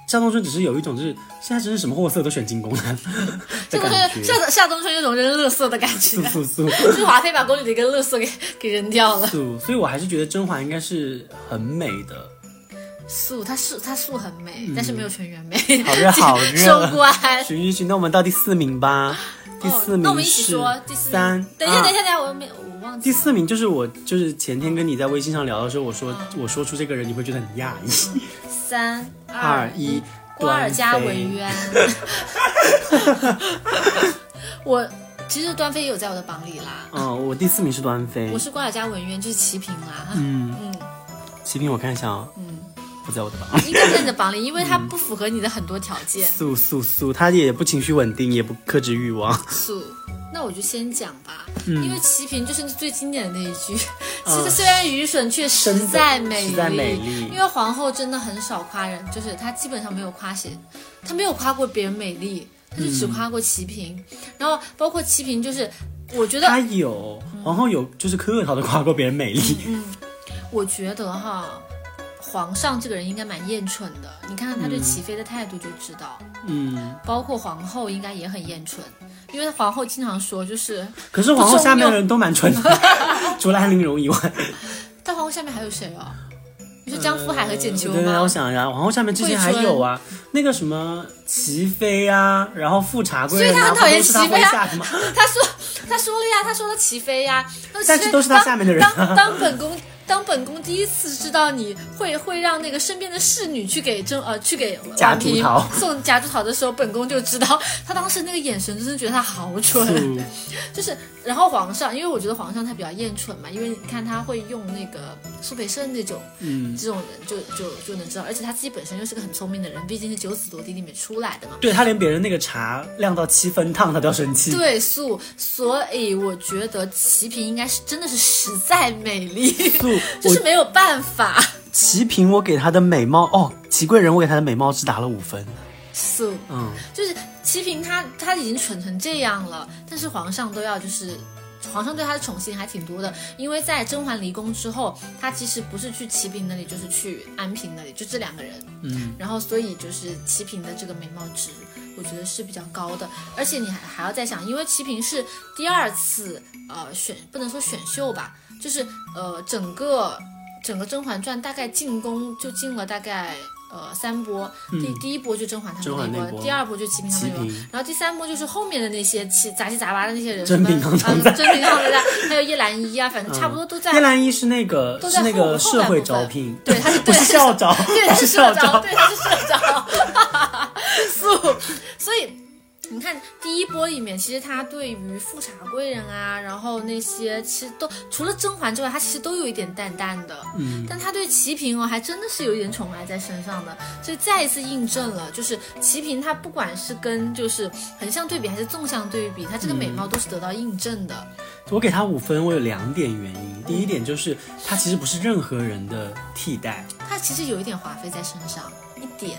B: 夏冬春只是有一种就是现在真是什么货色都选进 宫了
A: 夏
B: 的
A: 冬
B: 感
A: 春
B: 觉，
A: 夏夏冬春有种扔垃圾的感觉
B: 素，素素
A: 就是华妃把宫里的一个垃圾给给扔掉了。
B: 素，所以我还是觉得甄嬛应该是很美 的。
A: 素，她是她素很美，但是没有纯元美。
B: 嗯好热好
A: 收
B: 热，
A: 官。
B: 徐徐徐，那我们到第四名吧， 第四
A: 哦，那我
B: 名
A: 们一起
B: 是
A: 说第四名。
B: 三，
A: 等一下，
B: 二
A: 等一下，等一下，我没我忘记
B: 第
A: 了。
B: 四名就是我，就是前天跟你在微信上聊的时候，我说
A: 嗯
B: 我说出这个人，你会觉得很讶异。
A: 三
B: 二一，
A: 瓜尔佳
B: 端
A: 为
B: 妃
A: 渊。我其实端妃也有在我的榜里啦，
B: 嗯，我第四名是端妃
A: 我。是瓜尔佳文渊，就是齐平啦。
B: 嗯，
A: 嗯，
B: 齐平，我看一下啊，
A: 嗯，
B: 不在我的榜。
A: 应该在你的榜里，因为它不符合你的很多条件。
B: 素素素，他也不情绪稳定，也不克制欲望。
A: 素，那我就先讲吧，
B: 嗯
A: 因为齐平就是最经典的那一句，
B: 嗯
A: 其实虽然愚蠢，却实
B: 真的
A: 在美
B: 实在美丽
A: 因为皇后真的很少夸人，就是她基本上没有夸谁，她没有夸过别人美丽，她就只
B: 嗯
A: 夸过齐平。然后包括齐平，就是我觉得
B: 他有，
A: 嗯
B: 皇后有，就是客套的夸过别人美丽。
A: 我觉得哈，皇上这个人应该蛮厌蠢的。你看看他对齐妃的态度就知道，
B: 嗯，
A: 包括皇后应该也很厌蠢，因为皇后经常说就是，
B: 可是皇后下面的人都蛮蠢 的，除了安陵容以外。
A: 但皇后下面还有谁哦？你说江福海和简秋
B: 呃对对对，我
A: 吗？
B: 想一下，皇后下面之前还有啊，那个什么齐妃啊，然后富察贵
A: 所
B: 人、啊，
A: 以她很讨厌
B: 不都是她
A: 齐妃啊
B: 麾下的吗？
A: 他说他说了呀，他说了齐妃呀，那
B: 但是都是他下面的人啊
A: 当当当本宫。当本宫第一次知道你会会让那个身边的侍女去给甄呃去给
B: 夹
A: 婉
B: 竹
A: 嫔
B: 桃
A: 送夹竹桃的时候，本宫就知道他当时那个眼神，真的觉得他好蠢。
B: 嗯
A: 就是，然后皇上，因为我觉得皇上他比较厌蠢嘛，因为你看他会用那个苏培盛那种，
B: 嗯，
A: 这种人就就就能知道，而且他自己本身又是个很聪明的人，毕竟是九子夺嫡里面出来的嘛。
B: 对他连别人那个茶晾到七分烫，他都要生气。
A: 对素，所以我觉得齐平应该是真的是实在美丽，
B: 素，
A: 就是
B: 我
A: 没有办法。
B: 齐平，我给他的美貌哦，齐贵人，我给他的美貌只打了五分。
A: 素
B: 嗯，
A: 就是齐平他他已经蠢成这样了，但是皇上都要就是。皇上对他的宠幸还挺多的，因为在甄嬛离宫之后，他其实不是去齐平那里，就是去安平那里，就这两个人。
B: 嗯，
A: 然后所以就是齐平的这个美貌值，我觉得是比较高的。而且你还还要再想，因为齐平是第二次呃选，不能说选秀吧，就是呃整个整个《甄嬛传》大概进宫就进了大概呃三波，第、第一波就甄嬛他
B: 嗯甄
A: 们
B: 嬛
A: 那一
B: 那波
A: 第二波就齐平他
B: 齐
A: 们那一波。
B: 平，
A: 然后第三波就是后面的那些七杂七杂八的那些人，
B: 甄
A: 什么
B: 平康常
A: 嗯甄平康常在，还有叶澜依啊，反正差不多都在
B: 嗯叶澜依是那个
A: 都在
B: 是那
A: 后
B: 个
A: 后半
B: 社会
A: 部分
B: 招聘，
A: 对他是
B: 不是
A: 对
B: 校招，
A: 对，
B: 他
A: 他是
B: 校
A: 社
B: 招
A: 长，。对，他是社长，素。所以你看，第一波里面，其实它对于富察贵人啊，然后那些其实都除了甄嬛之外，它其实都有一点淡淡的。
B: 嗯，
A: 但他对齐平哦，还真的是有一点宠爱在身上的，所以再一次印证了，就是齐平他不管是跟就是横向对比还是纵向对比，他这个美貌都是得到印证的。
B: 我给他五分，我有两点原因。第一点就是他其实不是任何人的替代，
A: 他其实有一点华妃在身上，一点，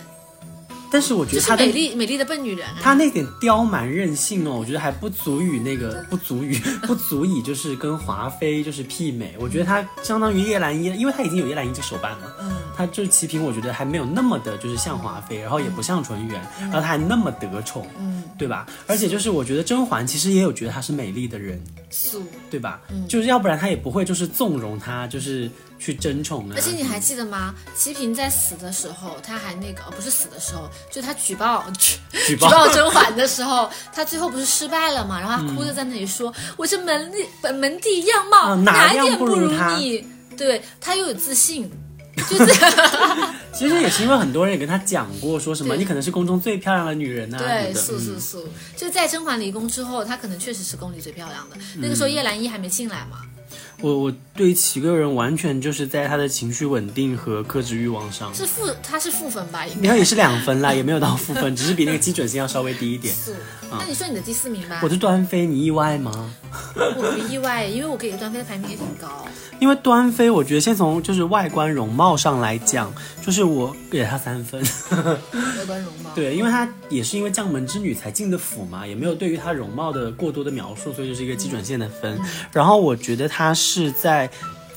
B: 但是我觉
A: 就
B: 得
A: 是
B: 他的
A: 美丽美丽的笨女人啊。
B: 他那点刁蛮任性哦，我觉得还不足以那个，不足以， 不足以就是跟华妃就是媲美。我觉得他相当于叶澜依，因为他已经有叶澜依这个手办了。
A: 嗯，
B: 他就是齐平，我觉得还没有那么的，就是像华妃，然后也不像纯元，然后他还那么得宠，
A: 嗯，
B: 对吧？而且就是我觉得甄嬛其实也有觉得她是美丽的人，
A: 素。
B: 对吧？
A: 嗯
B: 就是要不然她也不会就是纵容她，就是去争宠啊。
A: 而且你还记得吗？齐平在死的时候，他还那个，哦、不是死的时候，就他举报 举
B: 举
A: 举
B: 报
A: 报甄嬛的时候，他最后不是失败了嘛？然后他哭着在那里说：“我这门第本门第样貌、
B: 嗯啊哪
A: 哪
B: 样
A: 点
B: 不如
A: 如
B: 他
A: 你？”对他又有自 信，就是
B: 其实也是因为很多人也跟她讲过，说什么
A: 对
B: 你可能是宫中最漂亮的女人呐、啊，
A: 对
B: 的。
A: 素素素。就在甄嬛离宫之后，她可能确实是宫里最漂亮的。
B: 嗯
A: 那个时候叶澜依还没进来嘛，
B: 我我对齐贵人完全就是在他的情绪稳定和克制欲望上，
A: 是负她是负分吧？应该
B: 然后也是两分啦，也没有到负分， 只是比那个基准线要稍微低一点。
A: 素。那你说你的第四名吧
B: 啊我，是端妃，你意外吗？
A: 我不意外，因为我给端妃的排名也挺高。
B: 因为端妃，我觉得先从就是外观容貌上来讲，就是我给她三分。
A: 外观容貌，
B: 对，因为她也是因为将门之女才进的府嘛，也没有对于她容貌的过多的描述，所以就是一个基准线的分。然后我觉得她是在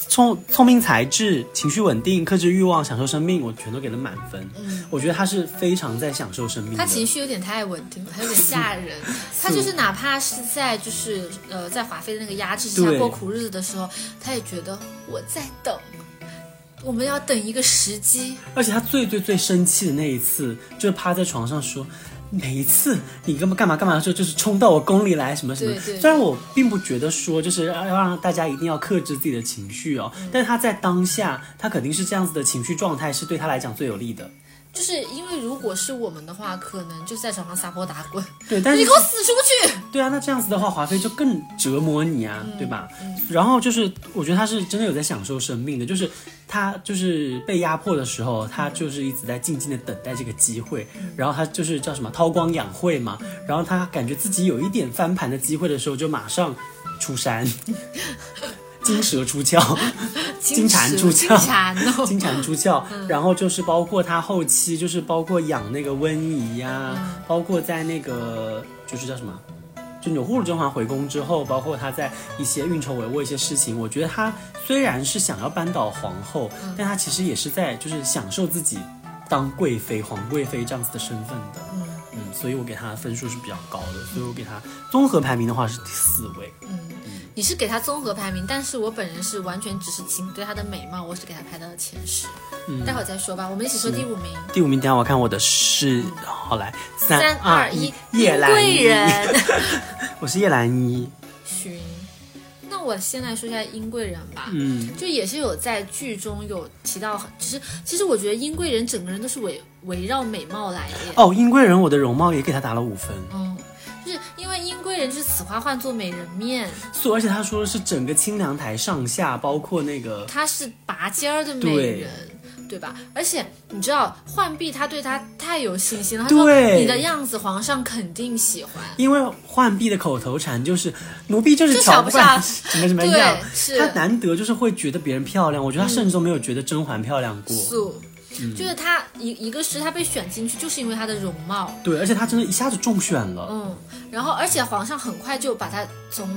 B: 聪聪明才智、情绪稳定、克制欲望、享受生命，我全都给了满分。
A: 嗯，
B: 我觉得她是非常在享受生命的。
A: 他情绪有点太稳定了，他有点吓人。他就是哪怕是在就是呃在华妃的那个压制之下
B: 对
A: 过苦日子的时候，他也觉得我在等，我们要等一个时机。
B: 而且她最最最生气的那一次，就是趴在床上说。每一次你干嘛干嘛干嘛的时候，就是冲到我宫里来什么什么
A: 对。对
B: 虽然我并不觉得说就是要让大家一定要克制自己的情绪哦，但是她在当下，她肯定是这样子的情绪状态是对她来讲最有利的。
A: 就是因为如果是我们的话，可能就在床上撒泼打滚，
B: 对， 但
A: 你
B: 是
A: 给我死出去！
B: 对啊，那这样子的话，华妃就更折磨你啊，对吧？然后就是，我觉得她是真的有在享受生命的，就是她就是被压迫的时候，她就是一直在静静的等待这个机会，然后她就是叫什么韬光养晦嘛，然后她感觉自己有一点翻盘的机会的时候，就马上出山，金蛇出鞘。金蝉
A: 石
B: 出
A: 金
B: 鞘
A: 蝉哦，
B: 金蝉出鞘，然后就是包括他后期就是包括养那个瘟疫呀、
A: 嗯
B: 包括在那个就是叫什么，就钮祜禄甄嬛回宫之后，包括他在一些运筹帷幄一些事情，我觉得他虽然是想要扳倒皇后，
A: 嗯
B: 但他其实也是在就是享受自己当贵妃、皇贵妃这样子的身份的。
A: 嗯
B: 嗯，所以我给他的分数是比较高的，所以我给他综合排名的话是第四位。
A: 嗯，你是给她综合排名，但是我本人是完全只是仅对她的美貌，我只给她排到了前十。
B: 嗯
A: 待会儿再说吧，我们一起说第五名。
B: 第五名，等一下我看我的是，好来，
A: 三
B: 二
A: 二一，嗯
B: 叶澜
A: 贵
B: 依，
A: 人。
B: 我是叶澜依，
A: 寻。那我先来说一下殷贵人吧，
B: 嗯，
A: 就也是有在剧中有提到很，其实其实我觉得殷贵人整个人都是围围绕美貌来的耶，
B: 哦，殷贵人，我的容貌也给他打了五分，
A: 嗯，就是因为殷贵人就是此花唤作美人面，
B: 所以而且他说的是整个清凉台上下，包括那个，
A: 她是拔尖儿的美人。对吧？而且你知道，浣碧她对她太有信心了。她说：“
B: 对
A: 你的样子，皇上肯定喜欢。
B: 因为浣碧的口头禅就是奴婢就是
A: 就
B: 瞧
A: 瞧
B: 不
A: 不
B: 惯
A: 上
B: 什么什”么样
A: 对，，是
B: 他难得就是会觉得别人漂亮，我觉得他甚至都没有觉得甄嬛漂亮过。
A: 素，
B: 嗯
A: 就是她一一个是她被选进去，就是因为她的容貌，
B: 对，而且他真的一下子中选了
A: 嗯，然后而且皇上很快就把他从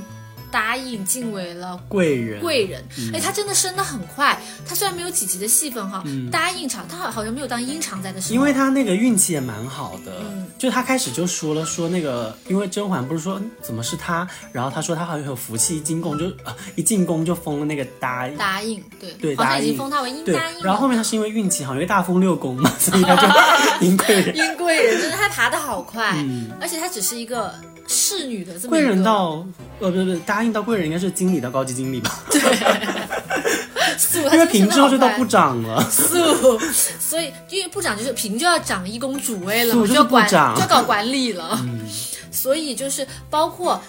A: 答应晋为了
B: 贵人，嗯
A: 贵人，哎、他真的升的很快。他虽然没有几级的戏份哈，答应常他好好像没有当阴常在的时候，
B: 嗯因为他那个运气也蛮好的，
A: 嗯
B: 就他开始就说了说那个，因为甄嬛不是说嗯怎么是他，然后他说他好像有福气，一进宫就啊一进宫就封了那个答应。
A: 答应对，
B: 对
A: 皇上
B: 答
A: 已
B: 应
A: 经封他为阴
B: 对
A: 答应，了。
B: 然后后面他是因为运气好，因为大封六宫嘛， 所以他就赢贵 人。
A: 阴贵人真的他爬的好快，而且他只是一个侍女的这么
B: 嗯贵
A: 一个
B: 人到呃不是不是答应到贵人应该是经理到高级经理 吧，
A: 素，
B: 因
A: 他
B: 为
A: 真的
B: 平之后就
A: 升得
B: 到
A: 好快
B: 部长 了。
A: 素，所以因为部长就是平就要长一公主位了嘛，嗯
B: 素就是
A: 要管
B: 部长
A: 就要搞管理了，所以就是包括。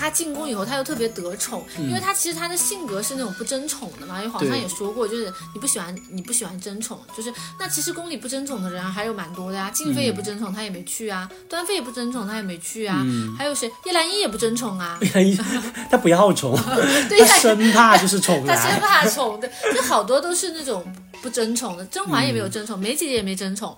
A: 他进宫以后，他又特别得宠，因为他其实他的性格是那种不争宠的嘛。因为皇上
B: 对
A: 也说过，就是你不喜欢你不喜欢争宠，就是那其实宫里不争宠的人还有蛮多的啊。静妃也不争宠，她也没去啊；端妃也不争宠，她也没去啊。还有谁？叶澜依也不争宠 啊。
B: 他不要宠，
A: 对
B: 他
A: 呀，
B: 生怕就是 宠
A: 她生
B: 来。
A: 怕宠的，就好多都是那种不争宠的。甄嬛也没有争宠，梅姐姐也没争宠。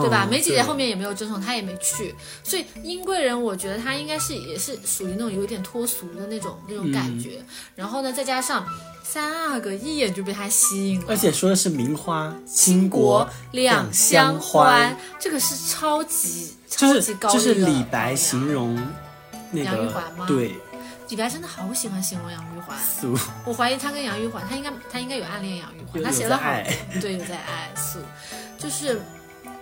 A: 对吧？
B: 嗯
A: 梅姐姐
B: 对
A: 后面也没有争宠，她也没去，所以英贵人，我觉得她应该是也是属于那种有点脱俗的那种那种感觉。
B: 嗯
A: 然后呢，再加上三阿哥一眼就被她吸引了，
B: 而且说的是名花倾国，
A: 两相
B: 两相欢，
A: 这个是超级
B: 就
A: 超级
B: 是
A: 高的
B: 就
A: 一个
B: 是李
A: 高
B: 白
A: 雅
B: 形容那
A: 杨玉
B: 个
A: 环吗
B: 对
A: 李白真的好喜欢形容杨玉环，
B: 苏
A: 我怀疑他跟杨玉环，他应该他应该有暗恋杨玉环，
B: 有
A: 他写
B: 有
A: 了
B: 在
A: 好
B: 爱，
A: 对，有在爱素，就是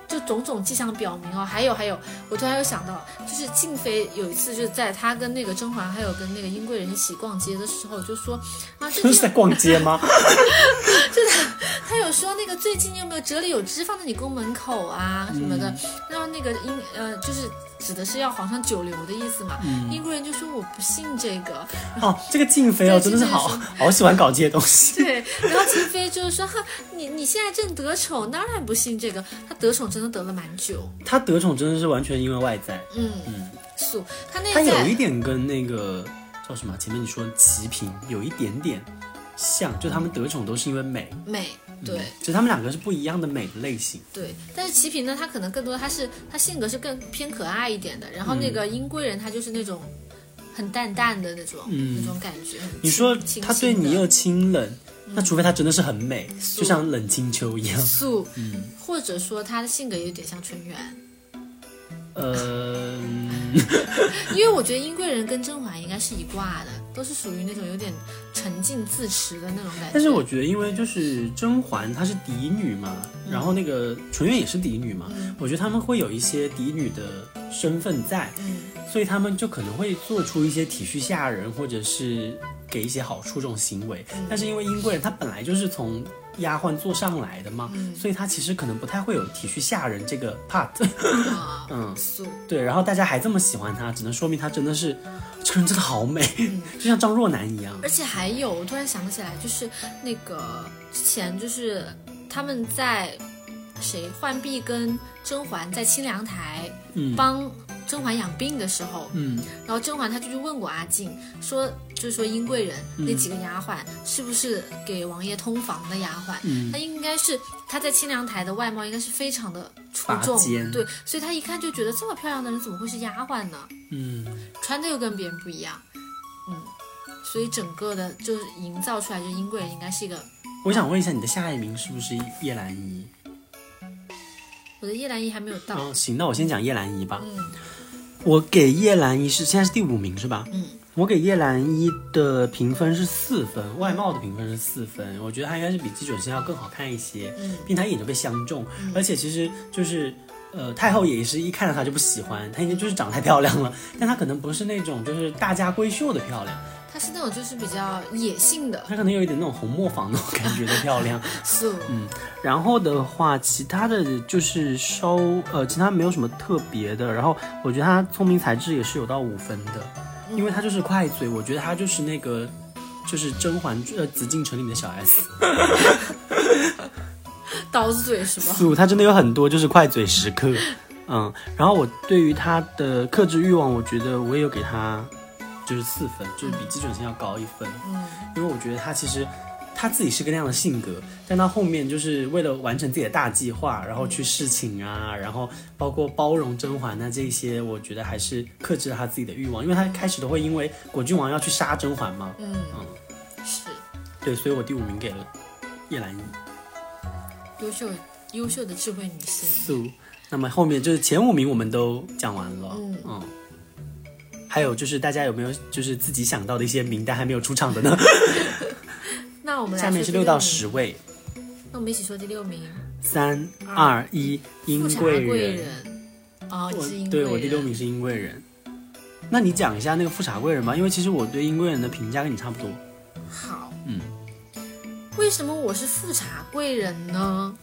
A: 就种种迹象表明哦。还有还有，我突然又想到，就是静妃有一次就是在她跟那个甄嬛还有跟那个英贵人一起逛街的时候，就说啊，最
B: 都是
A: 近
B: 在逛街吗？
A: 她有说那个最近你有没有折里有枝放在你宫门口啊什么的，
B: 嗯
A: 然后那个英呃就是指的是要皇上久留的意思嘛。
B: 嗯
A: 英贵人就说我不信这个，
B: 哦，这个静妃哦，
A: 对
B: 真的是
A: 静妃
B: 好
A: 是
B: 好喜欢搞这些东 西。
A: 对，然后静妃就是说，哼，你你现在正得宠，当然不信这个。她得宠真的得了蛮久，
B: 她得宠真的是完全因为外在，
A: 嗯素，她内
B: 她有一
A: 在
B: 点跟那个叫什么？啊前面你说齐嫔有一点点像，就他们得宠都是因为美，嗯
A: 美，对。
B: 就他们两个是不一样的美的类型。
A: 对，但是齐嫔呢，她可能更多，她是她性格是更偏可爱一点的，然后那
B: 嗯
A: 个英贵人她就是那种很淡淡的那种、那种感觉。很
B: 嗯你说
A: 清
B: 她对你又
A: 清
B: 清冷，那除非她真的是很美，
A: 嗯素
B: 就像冷清秋一样
A: 新
B: 嗯
A: 的。素，或者说她的性格有点像纯元，
B: 呃，
A: 因为我觉得英贵人跟甄嬛应该是一挂的，都是属于那种有点沉浸自持的那种感觉。
B: 但是我觉得，因为就是甄嬛她是嫡女嘛，
A: 嗯
B: 然后那个纯元也是嫡女嘛，我觉得他们会有一些嫡女的身份在，
A: 嗯
B: 所以他们就可能会做出一些体恤下人，或者是给一些好处这种行为。但是因为英贵人她本来就是从丫鬟做上来的嘛，所以她其实可能不太会有体恤下人这个 part。
A: 啊，
B: 嗯
A: 素，
B: 对，然后大家还这么喜欢她，只能说明她真的是这个人真的好美， 就像张若楠一样。
A: 而且还有，我突然想起来，就是那个之前就是他们在谁浣碧跟甄嬛在清凉台
B: 嗯
A: 帮甄嬛养病的时候，
B: 嗯，
A: 然后甄嬛她就去问过阿静，说就是说英贵人那几个丫鬟是不是给王爷通房的丫鬟？
B: 嗯
A: 她应该是她在清凉台的外貌应该是非常的出
B: 拔
A: 众
B: 尖，
A: 对，所以她一看就觉得这么漂亮的人怎么会是丫鬟呢？
B: 嗯，
A: 穿的又跟别人不一样，嗯，所以整个的就是营造出来，就是英贵人应该是一个。
B: 我想问一下，你的下一名是不是叶澜依？
A: 我的叶澜依还没有到，
B: 哦，行，那我先讲叶澜依吧。
A: 嗯
B: 我给叶澜依是现在是第五名是吧？
A: 嗯，
B: 我给叶澜依的评分是四分，外貌的评分是四分，我觉得她应该是比基准线要更好看一些，
A: 嗯
B: 并她一眼就被相中，而且其实就是。呃，太后也是一看到她就不喜欢，她已经就是长得太漂亮了，
A: 嗯
B: 但她可能不是那种就是大家闺秀的漂亮，
A: 她是那种就是比较野性的
B: 她可能有一点那种红磨坊那种感觉的漂亮。
A: 素，
B: 嗯然后的话，其他的就是稍呃，其他没有什么特别的。然后我觉得他聪明才智也是有到五分的，因为他就是快嘴，我觉得他就是那个就是《甄嬛》呃紫禁城里面的小 S，
A: 刀子嘴是吧？
B: 素他真的有很多就是快嘴时刻， 嗯。然后我对于他的克制欲望，我觉得我也有给他就是四分，就是比基准线要高一分。
A: 嗯，
B: 因为我觉得他其实他自己是个那样的性格，但他后面就是为了完成自己的大计划，然后去侍寝啊，然后包括包容甄嬛啊这些，我觉得还是克制了他自己的欲望，因为他开始都会因为果郡王要去杀甄嬛嘛，
A: 嗯
B: 嗯，
A: 是
B: 对，所以我第五名给了叶澜依
A: 优秀优秀的智慧女性。
B: 素。那么后面就是前五名我们都讲完了，嗯。还有就是大家有没有就是自己想到的一些名单还没有出场的呢？
A: 那我们来
B: 下面
A: 说
B: 是
A: 第
B: 六到
A: 名
B: 十，位，
A: 那我们一起说第六名，
B: 三二一，
A: 富
B: 英
A: 察
B: 贵
A: 贵
B: 人。
A: 人。哦，你
B: 我
A: 是英贵
B: 对
A: 人。
B: 我第六名是英贵人。那你讲一下那个富察贵人吧，因为其实我对英贵人的评价跟你差不多。
A: 好，
B: 嗯，
A: 为什么我是富察贵人呢？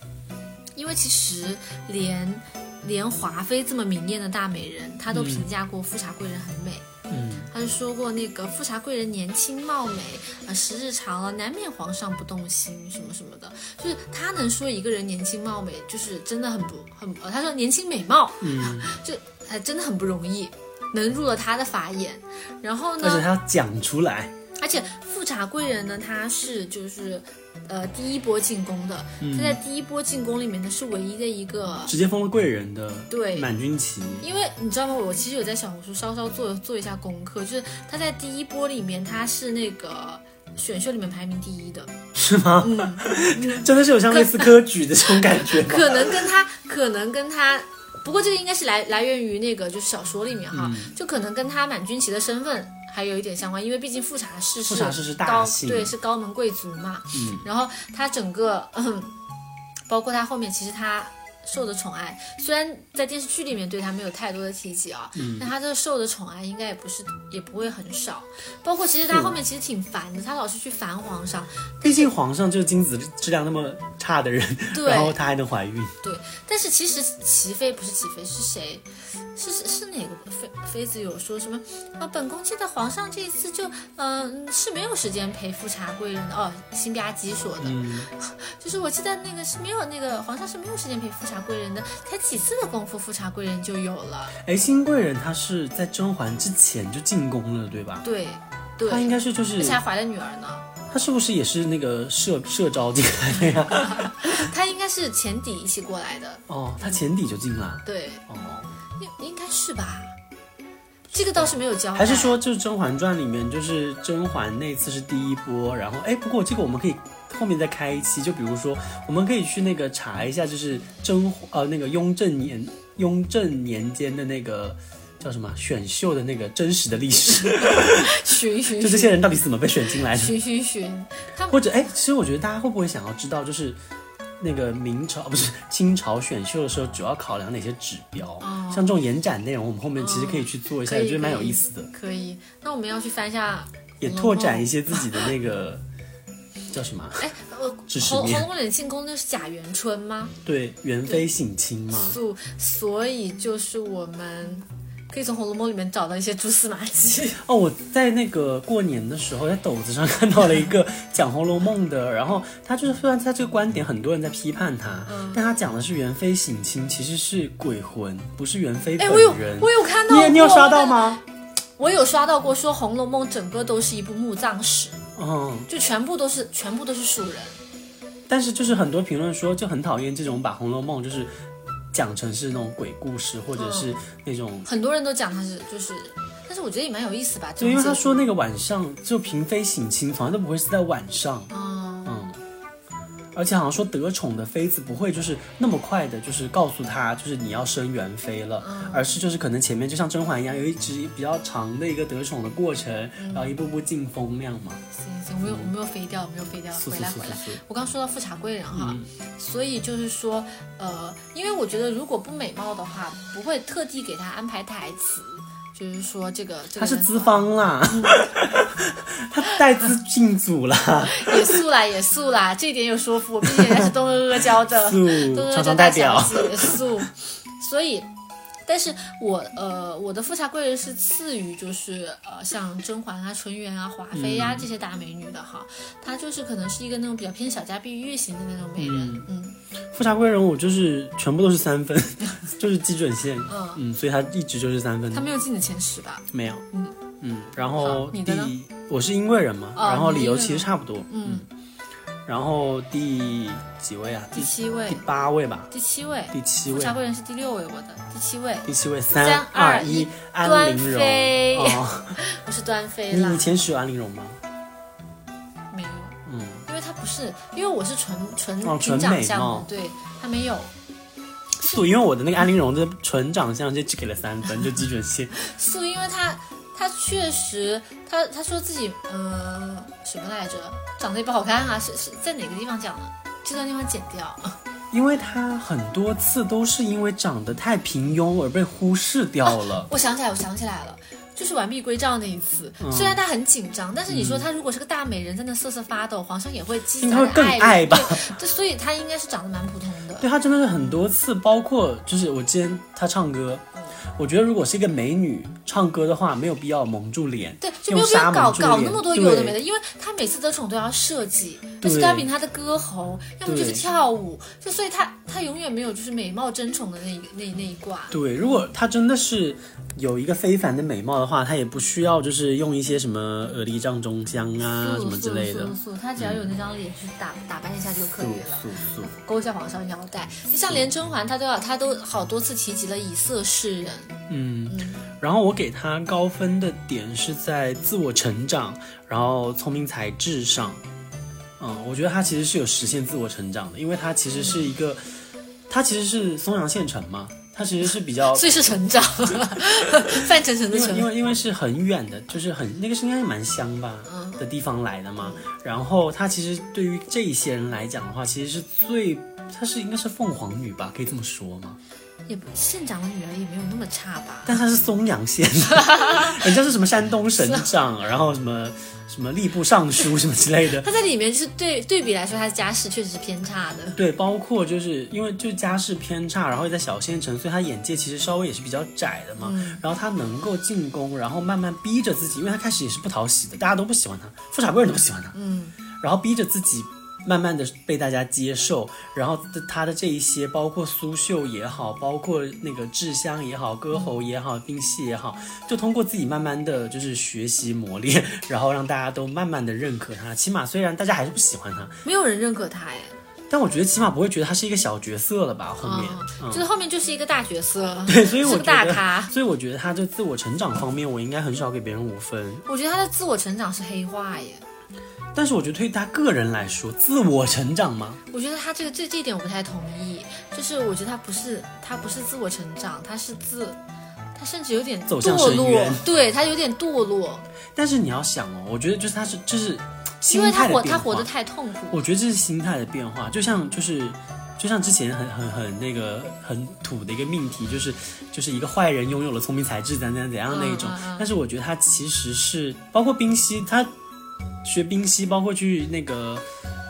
A: 因为其实连连华妃这么明艳的大美人，她都评价过富察贵人很美。
B: 嗯，
A: 她就说过那个富察贵人年轻貌美，啊，时日长了难免皇上不动心什么什么的。就是她能说一个人年轻貌美，就是真的很不很，呃她说年轻美貌，
B: 嗯，
A: 就哎真的很不容易，能入了她的法眼。然后呢，
B: 而且他要讲出来，
A: 而且富察贵人呢，她是就是，呃，第一波进宫的，
B: 嗯
A: 她在第一波进宫里面呢是唯一的一个，
B: 直接封了贵人的
A: 对
B: 满军旗，
A: 因为你知道吗？我其实有在小红书稍稍做做一下功课，就是她在第一波里面，她是那个选秀里面排名第一的，
B: 是吗？
A: 嗯，
B: 真的是有像类似科举的这种感觉吗？
A: 可能跟她可能跟她。不过这个应该是来来源于那个就是小说里面哈，
B: 嗯
A: 就可能跟她满军旗的身份还有一点相关，因为毕竟富察氏是
B: 富察氏是大
A: 高
B: 姓
A: 对是高门贵族嘛，
B: 嗯，
A: 然后他整个，嗯包括他后面，其实他受的宠爱，虽然在电视剧里面对他没有太多的提及啊，
B: 嗯
A: 但他这受的宠爱应该也不是，也不会很少。包括其实他后面其实挺烦的，他老是去烦皇上，
B: 毕竟皇上就是精子质量那么差的人，
A: 对
B: 然后她还能怀孕，
A: 对。但是其实齐妃不是齐妃是谁？是是是哪个妃妃子有说什么啊？本宫记得皇上这一次就嗯、是没有时间陪富察贵人的哦，辛巴基说的。
B: 嗯，
A: 就是我记得那个是没有那个皇上是没有时间陪富察贵人的，才几次的功夫，富察贵人就有了。
B: 哎，新贵人她是在甄嬛之前就进宫了，对吧？
A: 对，
B: 她应
A: 对，
B: 该是就
A: 而
B: 是
A: 且还怀了女儿呢。
B: 她是不是也是那个社社招进来的 呀？
A: 她应该是前底一起过来的，
B: 哦，她前底就进了，
A: 对，
B: 哦。
A: 应应该是吧？这个倒是没有交代。
B: 还是说，就是《甄嬛传》里面，就是甄嬛那次是第一波，然后哎，不过这个我们可以后面再开一期，就比如说，我们可以去那个查一下，就是甄呃那个雍正年雍正年间的那个叫什么选秀的那个真实的 历史，
A: 寻寻
B: 就这些人到底是怎么被选进来的？
A: 寻寻寻，他们
B: 或者哎，其实我觉得大家会不会想要知道，就是那个明朝啊不是清朝选秀的时候，主要考量哪些指标？像这种延展内容，我们后面其实可以去做一下，
A: 哦可以
B: 我觉得蛮有
A: 可以
B: 意思的。
A: 可以？那我们要去翻一下
B: 也拓展一些自己的那
A: 哦
B: 个叫什么啊？
A: 哎，呃，
B: 知识
A: 红
B: 面
A: 红楼里进宫那是贾元春吗？
B: 对，元妃省亲嘛。
A: 素，所以就是我们可以从《红楼梦》里面找到一些蛛丝马迹。
B: 哦，我在那个过年的时候，在抖子上看到了一个讲《红楼梦》的，然后他就是虽然他这个观点很多人在批判他，
A: 嗯
B: 但他讲的是元妃省亲其实是鬼魂，不是元妃
A: 哎，
B: 本
A: 我有
B: 人。
A: 我有看到
B: 你
A: 过，
B: 也你有刷到吗？
A: 我有刷到过，说《红楼梦》整个都是一部墓葬史，
B: 嗯，
A: 就全部都是全部都是蜀人。
B: 但是就是很多评论说就很讨厌这种把《红楼梦》就是讲成是那种鬼故事，或者
A: 嗯
B: 是那种
A: 很多人都讲他是就是，但是我觉得也蛮有意思吧。
B: 就因为
A: 这
B: 他
A: 种
B: 说那个晚上就嫔妃省亲，从来都不会是在晚上，
A: 嗯
B: 嗯，而且好像说得宠的妃子不会就是那么快的，就是告诉他就是你要生元妃了，
A: 嗯
B: 而是就是可能前面就像甄嬛一样，有一直比较长的一个得宠的过程，
A: 嗯
B: 然后一步步进宫那样嘛。
A: 行行，我没有我没有飞掉，我没有飞掉，
B: 速
A: 回
B: 速
A: 来
B: 速
A: 回
B: 速
A: 来。
B: 速，
A: 我刚说到富察贵人哈，
B: 嗯
A: 所以就是说，呃，因为我觉得如果不美貌的话，不会特地给她安排台词，就是说这个这
B: 她
A: 个
B: 是
A: 人嗯
B: 资方啦， 她带资进 组啦，
A: 也素啦，也素啦，这一点有说服我，毕竟人家是东阿阿教的，
B: 素
A: 东阿阿
B: 厂
A: 教
B: 商
A: 大
B: 代
A: 小
B: 表。
A: 姐素，所以。但是我呃，我的富察贵人是次于就是呃，像甄嬛啊、纯元啊、华妃啊、这些大美女的哈，她就是可能是一个那种比较偏小家碧玉型的那种美人，嗯
B: 富察贵人，我就是全部都是三分， 就是基准线，
A: 嗯
B: 嗯，所以她一直就是三分
A: 她。没有进你前十吧？
B: 没有，
A: 嗯
B: 嗯，然后
A: 好
B: 第
A: 你的呢
B: 我是英贵人嘛，
A: 哦
B: 然后
A: 你
B: 理
A: 是
B: 由
A: 英贵
B: 其实
A: 人
B: 差不多，
A: 嗯，
B: 然后第几位啊？
A: 第
B: 第
A: 七位
B: 第，八位吧，
A: 第七位，
B: 第七
A: 富
B: 位
A: 察，贵人是第六位，我的第七位，
B: 第七位，
A: 三
B: 二
A: 二一，
B: 安
A: 端
B: 陵容。
A: 妃
B: 哦，
A: 我是端妃
B: 你
A: 啦
B: 你，前十有安陵容吗？
A: 没有。
B: 嗯，
A: 因为他不是，因为我是纯纯
B: 哦
A: 纯
B: 纯
A: 长
B: 美
A: 相
B: 貌
A: 的，对他没有，
B: 素，因为我的那个安陵容的纯长相就只给了三分，就基准线。
A: 素，因为他他确实，他他说自己呃什么来着，长得也不好看啊，是是在哪个地方讲的？这段地方剪掉，
B: 因为他很多次都是因为长得太平庸而被忽视掉了。
A: 我想起来，我想起来了。就是完璧归赵那一次，
B: 嗯
A: 虽然他很紧张，但是你说他如果是个大美人在那瑟瑟发抖，皇上也会激起
B: 应该
A: 他
B: 会
A: 的
B: 更爱吧
A: 对，对所以他应该是长得蛮普通的。
B: 对他真的是很多次，包括就是我之前他唱歌，我觉得如果是一个美女唱歌的话，没有必要蒙住脸，
A: 对，就没
B: 用
A: 有必要
B: 纱
A: 搞
B: 蒙住脸，
A: 搞那么多有的没的，
B: 对。
A: 因为他每次得宠都要设计，而
B: 对
A: 且都要凭他的歌喉，要么就是
B: 对
A: 跳舞，就所以他他永远没有就是美貌争宠的那一那那一挂。
B: 对，如果她真的是有一个非凡的美貌的话，她也不需要就是用一些什么鹅梨帐中香啊什
A: 素
B: 么之类的
A: 素。素素，他只要有那张脸去打打扮一下就可
B: 素
A: 以了。
B: 素素，
A: 勾一下皇上腰带，你像连甄嬛，她都要，她都好多次提及了以色示人，
B: 嗯。然后我给她高分的点是在自我成长，然后聪明才智上。嗯，我觉得她其实是有实现自我成长的，因为她其实是一个，她其实是松阳县城嘛，她其实是比 较
A: 所以是成长， 范丞丞的
B: 因为因
A: 成，
B: 为因为是很远的，就是很那个是应该是蛮乡吧的地方来的嘛。然后他其实对于这一些人来讲的话，其实是最她是应该是凤凰女吧，可以这么说吗？
A: 也不县长的女儿也没有那么差吧？
B: 但她是松阳县的，人家是什么山东省长，然后什么什么吏部尚书什么之类的。
A: 她在里面就是对对比来说，她的家世确实是偏差的。
B: 对，包括就是因为就家世偏差，然后也在小县城，所以他眼界其实稍微也是比较窄的嘛。然后他能够进宫，然后慢慢逼着自己，因为他开始也是不讨喜的，大家都不喜欢他，富察贵人都不喜欢他。嗯，然后逼着自己。慢慢的被大家接受，然后他的这一些，包括苏绣也好，包括那个制香也好，歌喉也好，丁戏也好，就通过自己慢慢的就是学习磨练，然后让大家都慢慢的认可他。起码虽然大家还是不喜欢他，
A: 没有人认可她哎，
B: 但我觉得起码不会觉得他是一个小角色了吧？后
A: 啊
B: 面，，嗯
A: 就是后面就是一个大角色，
B: 对，所以我
A: 是个
B: 觉得，
A: 大咖。
B: 所以我觉得他就自我成长方面，我应该很少给别人五分。
A: 我觉得她的自我成长是黑化耶，
B: 但是我觉得对于他个人来说，自我成长嘛，
A: 我觉得她这个这这一点我不太同意，就是我觉得她不是她不是自我成长，她是自。她甚至有点
B: 走向
A: 堕
B: 深
A: 落
B: 渊，
A: 对她有点堕落，
B: 但是你要想哦，我觉得就是他是就是
A: 因
B: 心
A: 为她
B: 态的
A: 活
B: 变
A: 她
B: 化
A: 活得太痛苦。
B: 我觉得这是心态的变化，就像就是。就像之前很很很那个很土的一个命题，就是就是一个坏人拥有了聪明才智，怎样怎样怎样那一种。
A: 嗯嗯嗯
B: 但是我觉得他其实是包括冰溪，他学冰溪，包括去那个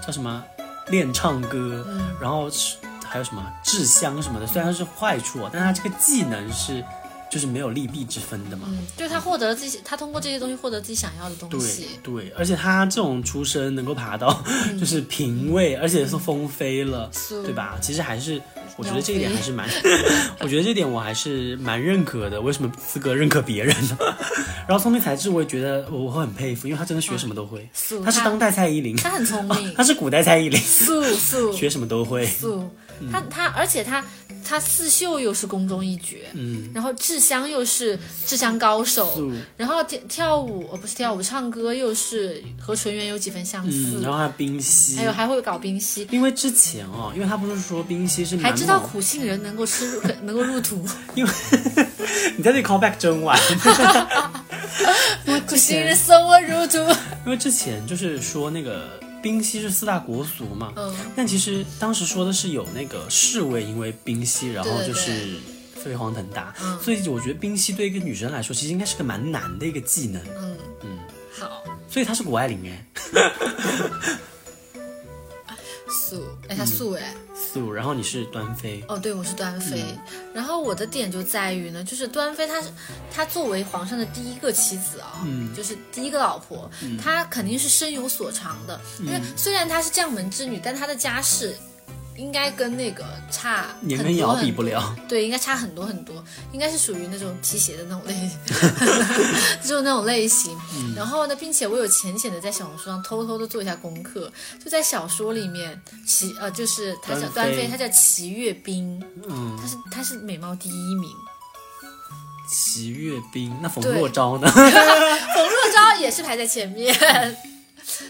B: 叫什么练唱歌，
A: 嗯
B: 然后是还有什么制香什么的。虽然它是坏处啊，但他这个技能是就是没有利弊之分的嘛。
A: 嗯，就是他获得了自己，他通过这些东西获得自己想要的东
B: 对
A: 西。
B: 对，而且他这种出身能够爬到、
A: 嗯
B: 就是嫔位，而且是封妃了，
A: 是
B: 对吧？其实还是，我觉
A: 鸟
B: 得这一点
A: 妃
B: 还是蛮， 我觉得这点我还是蛮认可的。为什么资格认可别人呢？ 然后聪明才智，我也觉得我会很佩服，因为他真的学什么都会。
A: 素，
B: 他是当代蔡依林，，
A: 他很聪明
B: 他是古代蔡依林，
A: 素 素
B: 学什么都会。
A: 素，
B: 嗯
A: 他他，而且他他刺绣又是宫中一绝，
B: 嗯，
A: 然后制香又是制香高手，
B: 素
A: 然后跳跳舞哦不是跳舞，唱歌又是和纯元有几分相
B: 嗯，
A: 似
B: 然，后还有冰溪
A: 还，有还会搞冰嬉。
B: 因为之前哦，因为他不是说冰溪是
A: 还
B: 蛮
A: 知道
B: 猛
A: 苦杏仁能够吃入，能够入 土，
B: 你在这里 call back 真晚。
A: 苦杏仁送我入土。
B: 因为之前就是说那个冰溪是四大国俗嘛，
A: 嗯，
B: 但其实当时说的是有那个侍卫因为冰溪，然后
A: 对对嗯
B: 就是飞黄腾达，所以我觉得冰溪对一个女生来说，其实应该是个蛮难的一个技能，
A: 嗯好，
B: 所以她是谷爱凌哎，
A: 素，哎，
B: 嗯
A: 他素哎，
B: 素，然后你是端妃，
A: 哦，对，我是端妃。
B: 嗯
A: 然后我的点就在于呢，就是端妃她是她作为皇上的第一个妻子啊、
B: 嗯
A: 就是第一个老婆，她肯定是深有所长的。因
B: 嗯
A: 为虽然她是将门之女，但她的家世应该跟那个差
B: 年
A: 很
B: 羹
A: 多
B: 尧
A: 很
B: 比不
A: 多
B: 了，
A: 对，应该差很多很多，应该是属于那种皮鞋的那种类型， 就是那种类型。
B: 嗯
A: 然后呢，并且我有浅浅的在小红书上偷偷的做一下功课，就在小说里面，齐呃，就是她叫
B: 端
A: 端妃，
B: 妃
A: 她叫齐月冰，
B: 嗯，
A: 她是她是美貌第一名，
B: 齐月冰，那 冯
A: 对
B: 若昭呢？
A: 冯若昭也是排在前面。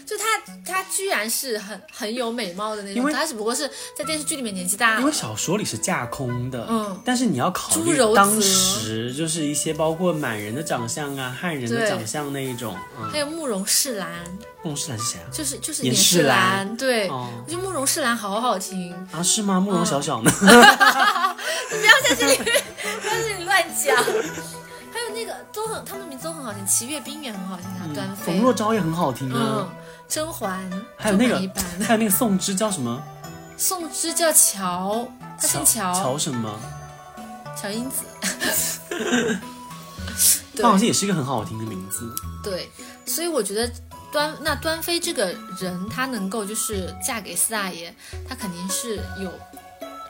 A: 就他他居然是很很有美貌的那
B: 因
A: 种，
B: 为
A: 他只不过是在电视剧里面年纪大
B: 因为
A: 了。
B: 小说里是架空的，
A: 嗯，
B: 但是你要考
A: 朱
B: 虑
A: 柔泽
B: 当时就是一些包括满人的长相啊、汉人的
A: 对
B: 长相那一种，嗯，
A: 还有慕容世兰，
B: 孟诗兰是谁啊？
A: 就是就是
B: 严
A: 年
B: 世
A: 世
B: 兰
A: 兰，对，
B: 哦
A: 我觉得慕容世兰好好听，
B: 啊，是
A: 嗯
B: 吗？慕容小小呢？
A: 不要在这里， 不要在这里乱讲。还有那个都很，他们名字都很好听，齐月冰也很好听啊，端妃，
B: 嗯冯若昭也很好听
A: 嗯
B: 啊，，
A: 甄嬛，
B: 还有那
A: 就很
B: 个
A: 一般，
B: 还有那个宋芝叫什么？
A: 宋芝叫乔，她姓
B: 乔
A: 乔，
B: 什么？
A: 乔英 子。
B: 她好
A: 对
B: 像也是一个很好听的名字。
A: 对，所以我觉得端那端妃这个人，她能够就是嫁给四大爷，她肯定是有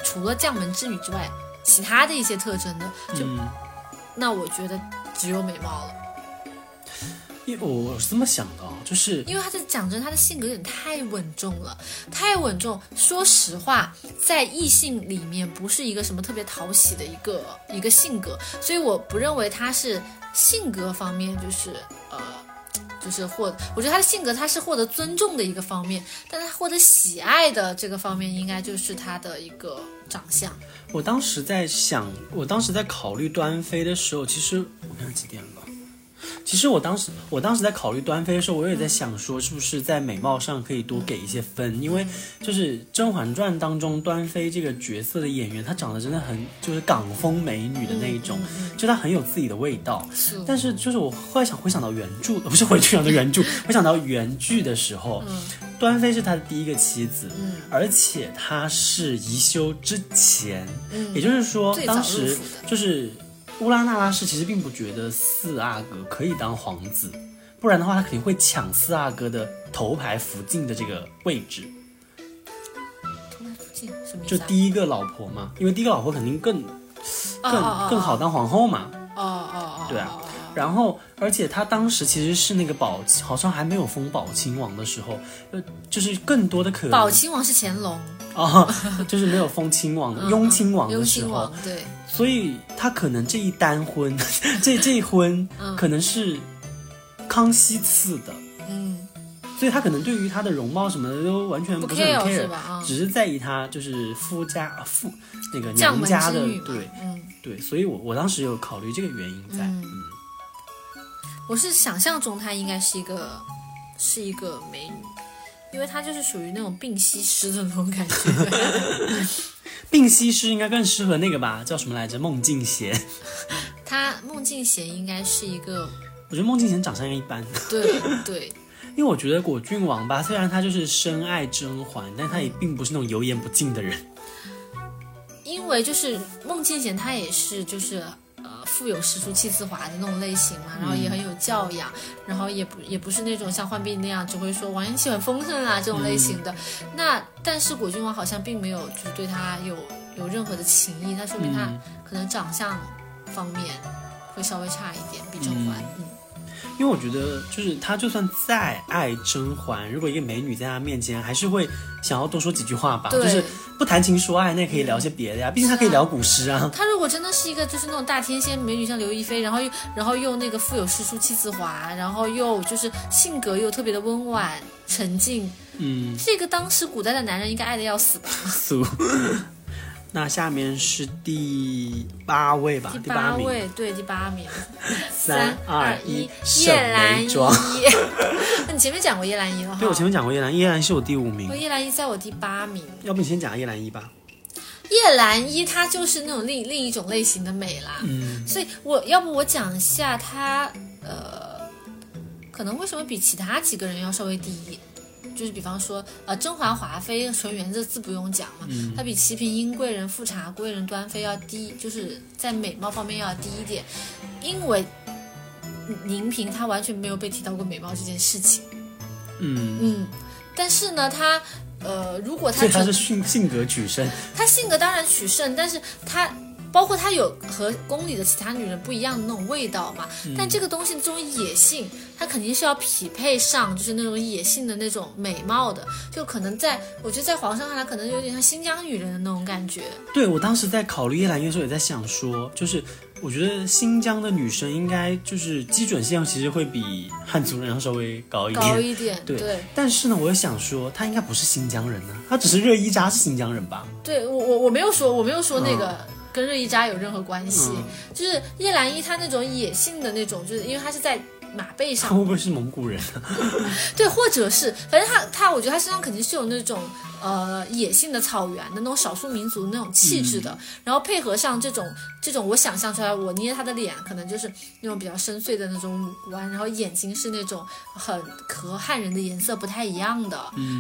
A: 除了将门之女之外，其他的一些特征的。就、
B: 嗯，
A: 那我觉得只有美貌了，
B: 因为我我是这么想的哦，就是
A: 因为她的讲真，她的性格有点太稳重了，太稳重。说实话，在异性里面不是一个什么特别讨喜的一个一个性格，所以我不认为她是性格方面就是呃。就是获，我觉得她的性格她是获得尊重的一个方面，但她获得喜爱的这个方面，应该就是她的一个长相。
B: 我当时在想，我当时在考虑端妃的时候，其实我看几点了。其实我当时，我当时在考虑端妃的时候，我也在想说，是不是在美貌上可以多给一些
A: 嗯
B: 分，因为就是《甄嬛传》当中端妃这个角色的演员，她长得真的很就是港风美女的那一种，就她很有自己的味道。
A: 是
B: 但是就是我后来想回想到原著，呃不是回去想到原著，回想到原剧的时候，
A: 嗯
B: 端妃是他的第一个妻子，而且她是宜修之前，也就是说
A: 嗯最早
B: 当
A: 入
B: 时
A: 府的
B: 就是乌拉那拉氏其实并不觉得四阿哥可以当皇子，不然的话他肯定会抢四阿哥的头牌福晋的这个位置，
A: 同台附近什么意
B: 就
A: 思啊？
B: 第一个老婆嘛，因为第一个老婆肯定更
A: 哦
B: 更
A: 哦哦
B: 更好当皇后嘛，
A: 哦哦哦，
B: 对啊
A: 哦，哦
B: 然后，而且他当时其实是那个宝，好像还没有封宝亲王的时候，呃，就是更多的可
A: 哦
B: 能
A: 宝亲王是乾隆，
B: 啊、就是没有封亲王的、 雍亲王的
A: 嗯雍
B: 时
A: 亲
B: 候
A: 王，对。
B: 所以他可能这一单婚， 这这一婚可能是康熙赐的，
A: 嗯，
B: 所以他可能对于他的容貌什么的都完全
A: 不
B: 是很
A: care 是吧？啊，
B: 只是在意他就是夫家夫那个
A: 将
B: 娘
A: 门
B: 家
A: 之
B: 的
A: 女嘛，
B: 对
A: 嗯，
B: 对，所以我我当时有考虑这个原因在，
A: 嗯
B: 嗯
A: 我是想象中她应该是一个是一个美女，因为她就是属于那种病西施的那种感觉。
B: 并西施应该更适合那个吧，叫什么来着？孟静娴。
A: 她孟静娴应该是一个，
B: 我觉得孟静娴长相一般，
A: 对对，
B: 因为我觉得果郡王吧，虽然他就是深爱甄嬛，但他也并不是那种油盐不进的人。
A: 因为就是孟静娴她也是就是。呃，富有诗书气自华的那种类型嘛，然后也
B: 嗯
A: 很有教养，然后也不也不是那种像浣碧那样只会说王阳起很丰盛啊这种类型
B: 嗯
A: 的。那但是果郡王好像并没有就是对她有有任何的情意，那说明他
B: 嗯
A: 可能长相方面会稍微差一点，比甄嬛。嗯，
B: 因为我觉得就是他就算再爱甄嬛，如果一个美女在他面前，还是会想要多说几句话吧，
A: 对，
B: 啊就是不谈情说爱，那也可以聊些别的呀，毕竟他可以聊古诗啊。
A: 她如果真的是一个就是那种大天仙美女，像刘亦菲，然后又然后又那个富有诗书气自华，然后又就是性格又特别的温婉沉静，
B: 嗯，
A: 这个当时古代的男人应该爱的要死吧？
B: 俗。那下面是第八位吧，
A: 第
B: 啊第八名，
A: 位，对，第八名，
B: 三二一，沈
A: 叶澜
B: 眉
A: 依
B: 庄。。
A: 那你前面讲过叶澜依了哈？
B: 对，我前面讲过叶澜，依然是我第五名
A: 哦。叶澜依在我第八名。
B: 要不你先讲叶澜依吧？
A: 叶澜依她就是那种另另一种类型的美啦，
B: 嗯，
A: 所以我要不我讲一下她，呃，可能为什么比其他几个人要稍微低一。就是比方说，呃，甄嬛、华妃、纯元这字不用讲嘛，
B: 嗯
A: 她比齐嫔、英贵人、富察贵人、端妃要低，就是在美貌方面要低一点，因为宁嫔她完全没有被提到过美貌这件事情。
B: 嗯，
A: 嗯，但是呢，她呃，如果她
B: 所以他
A: 只
B: 是性性格取胜，
A: 她性格当然取胜，但是她包括她有和宫里的其他女人不一样的那种味道嘛。
B: 嗯
A: 但这个东西这种野性，她肯定是要匹配上，就是那种野性的那种美貌的。就可能在我觉得在皇上看来，可能有点像新疆女人的那种感觉。
B: 对我当时在考虑叶澜依的时候，也在想说，就是我觉得新疆的女生应该就是基准线其实会比汉族人要稍微高一
A: 高
B: 点。
A: 一点，
B: 嗯对
A: 对
B: 但是呢，我又想说，她应该不是新疆人呢、她只是热依扎是新疆人吧？
A: 对我我我没有说我没有说那个跟热依扎有任何关系，
B: 嗯
A: 就是叶澜依她那种野性的那种，就是因为她是在马背
B: 她
A: 上，
B: 会不会是蒙古人？
A: 对，或者是反正她她，我觉得她身上肯定是有那种呃野性的草原的那种少数民族的那种气质
B: 嗯
A: 的，然后配合上这种这种我想象出来，我捏她的脸可能就是那种比较深邃的那种五官，然后眼睛是那种很和汉人的颜色不太一样的，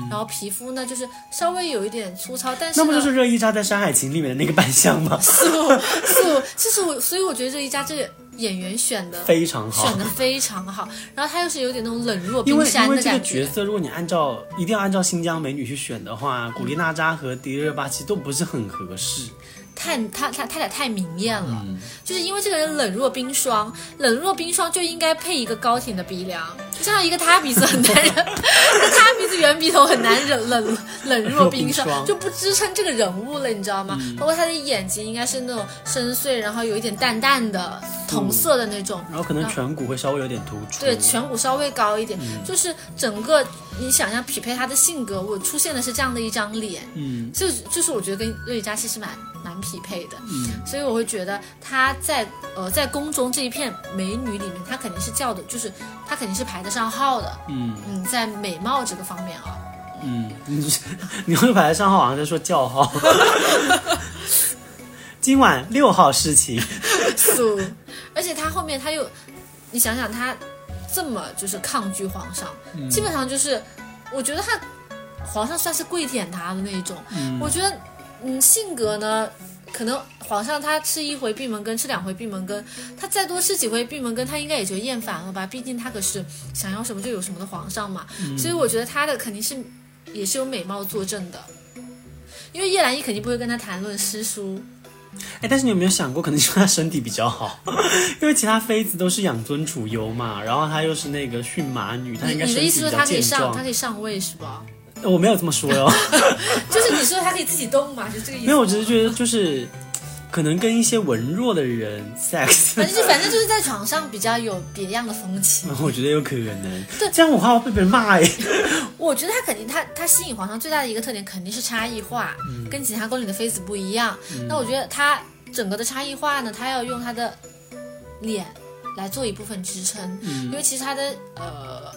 A: 然后皮肤呢就是稍微有一点粗糙，但是
B: 嗯
A: 啊
B: 那
A: 呢
B: 不就是热依扎在《山海情》里面的那个扮相吗？
A: 素素，这是我，所以我觉得这一家这个演员选的
B: 非常好
A: 啊选。的非常好，然后他又是有点那种冷若
B: 因
A: 冰
B: 为因
A: 山
B: 为
A: 的
B: 这个
A: 感
B: 角
A: 觉，
B: 色，如果你按照一定要按照新疆美女去选的话，古力娜扎和迪丽热巴其实都不是很合适。
A: 太他他他俩太明艳了，就是因为这个人冷若冰霜，冷若冰霜就应该配一个高挺的鼻梁，就像一个塌鼻子很 难忍，那塌鼻子圆鼻头很难忍，冷冷若冰
B: 冷若冰霜
A: 霜就不支撑这个人物了，你知道吗？包括他的眼睛应该是那种深邃，然后有一点淡淡的同色的那种，
B: 然后可能颧骨会稍微有点突出。
A: 对，颧骨稍微高一点，就是整个你想要匹配他的性格，我出现的是这样的一张脸，
B: 嗯
A: 就就是我觉得跟瑞丽扎西是蛮蛮匹配的，
B: 嗯，
A: 所以我会觉得她在呃在宫中这一片美女里面，她肯定是叫的，就是她肯定是排得上号的，
B: 嗯
A: 嗯，在美貌这个方面啊，
B: 嗯， 你你会把它上号，好像在说叫号。 今晚六号事情，
A: 素，而且她后面她又，你想想她这么就是抗拒皇上，基本上就是我觉得她皇上算是跪舔她的那一种。
B: 嗯
A: 我觉得，嗯，性格呢，可能皇上他吃一回闭门羹，吃两回闭门羹，他再多吃几回闭门羹，他应该也就厌烦了吧？毕竟他可是想要什么就有什么的皇上嘛。所以我觉得他的肯定是也是有美貌作证的，因为叶澜依肯定不会跟他谈论诗书。
B: 哎，但是你有没有想过，可能是他身体比较好， 因为其他妃子都是养尊处优嘛，然后她又是那个驯马女，她
A: 你
B: 应该
A: 你的
B: 身
A: 意思
B: 体
A: 说
B: 比
A: 他
B: 较
A: 可以
B: 健
A: 上，
B: 壮哦
A: 他。可以上位是吧？
B: 我没有这么说 哟。
A: 就是你说他可以自己动嘛，就是这个意思吗。
B: 没有，我只是觉得就是，可能跟一些文弱的人 sex，
A: 反正就反正就是在床上比较有别样的风情。
B: 我觉得有可能。
A: 对
B: 这样我怕我被别人骂哎。
A: 我觉得他肯定，他他吸引皇上最大的一个特点肯定是差异化，
B: 嗯
A: 跟其他宫里的妃子不一样。那我觉得他整个的差异化呢，他要用他的脸来做一部分支撑，
B: 嗯
A: 因为其实他的呃。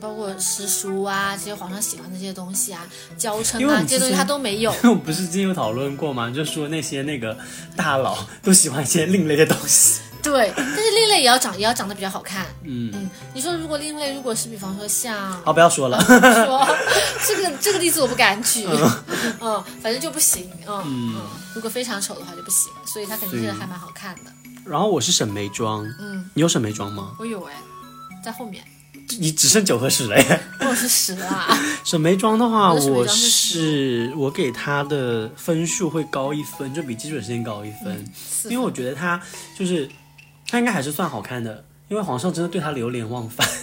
A: 包括诗书啊，这些皇上喜欢的这些东西啊，娇嗔
B: 因为我
A: 啊，
B: 们
A: 这些东
B: 之
A: 西
B: 前
A: 他都没有。
B: 我们不是之前有讨论过吗？就说那些那个大佬都喜欢一些另类的东西。
A: 对，但是另类也要长，也要长得比较好看。
B: 嗯，哦
A: 嗯，你说如果另类，如果是比方说像
B: 好，不要说了。
A: 说 这个这个例子我不敢举，嗯，反正就不行，嗯嗯，如果非常丑的话就不行，所以他肯定是
B: 所以
A: 还蛮好看的，
B: 然后我是沈眉庄，
A: 嗯，
B: 你有沈眉庄吗？
A: 我有哎，在后面，
B: 你只剩九和十了耶。
A: 我是十啊，
B: 沈眉庄的话，
A: 我的沈眉
B: 我
A: 庄是
B: 是我给她的分数会高一分，就比基准线高一分。
A: 嗯四
B: 因为我觉得她就是她应该还是算好看的，因为皇上真的对她流连忘返。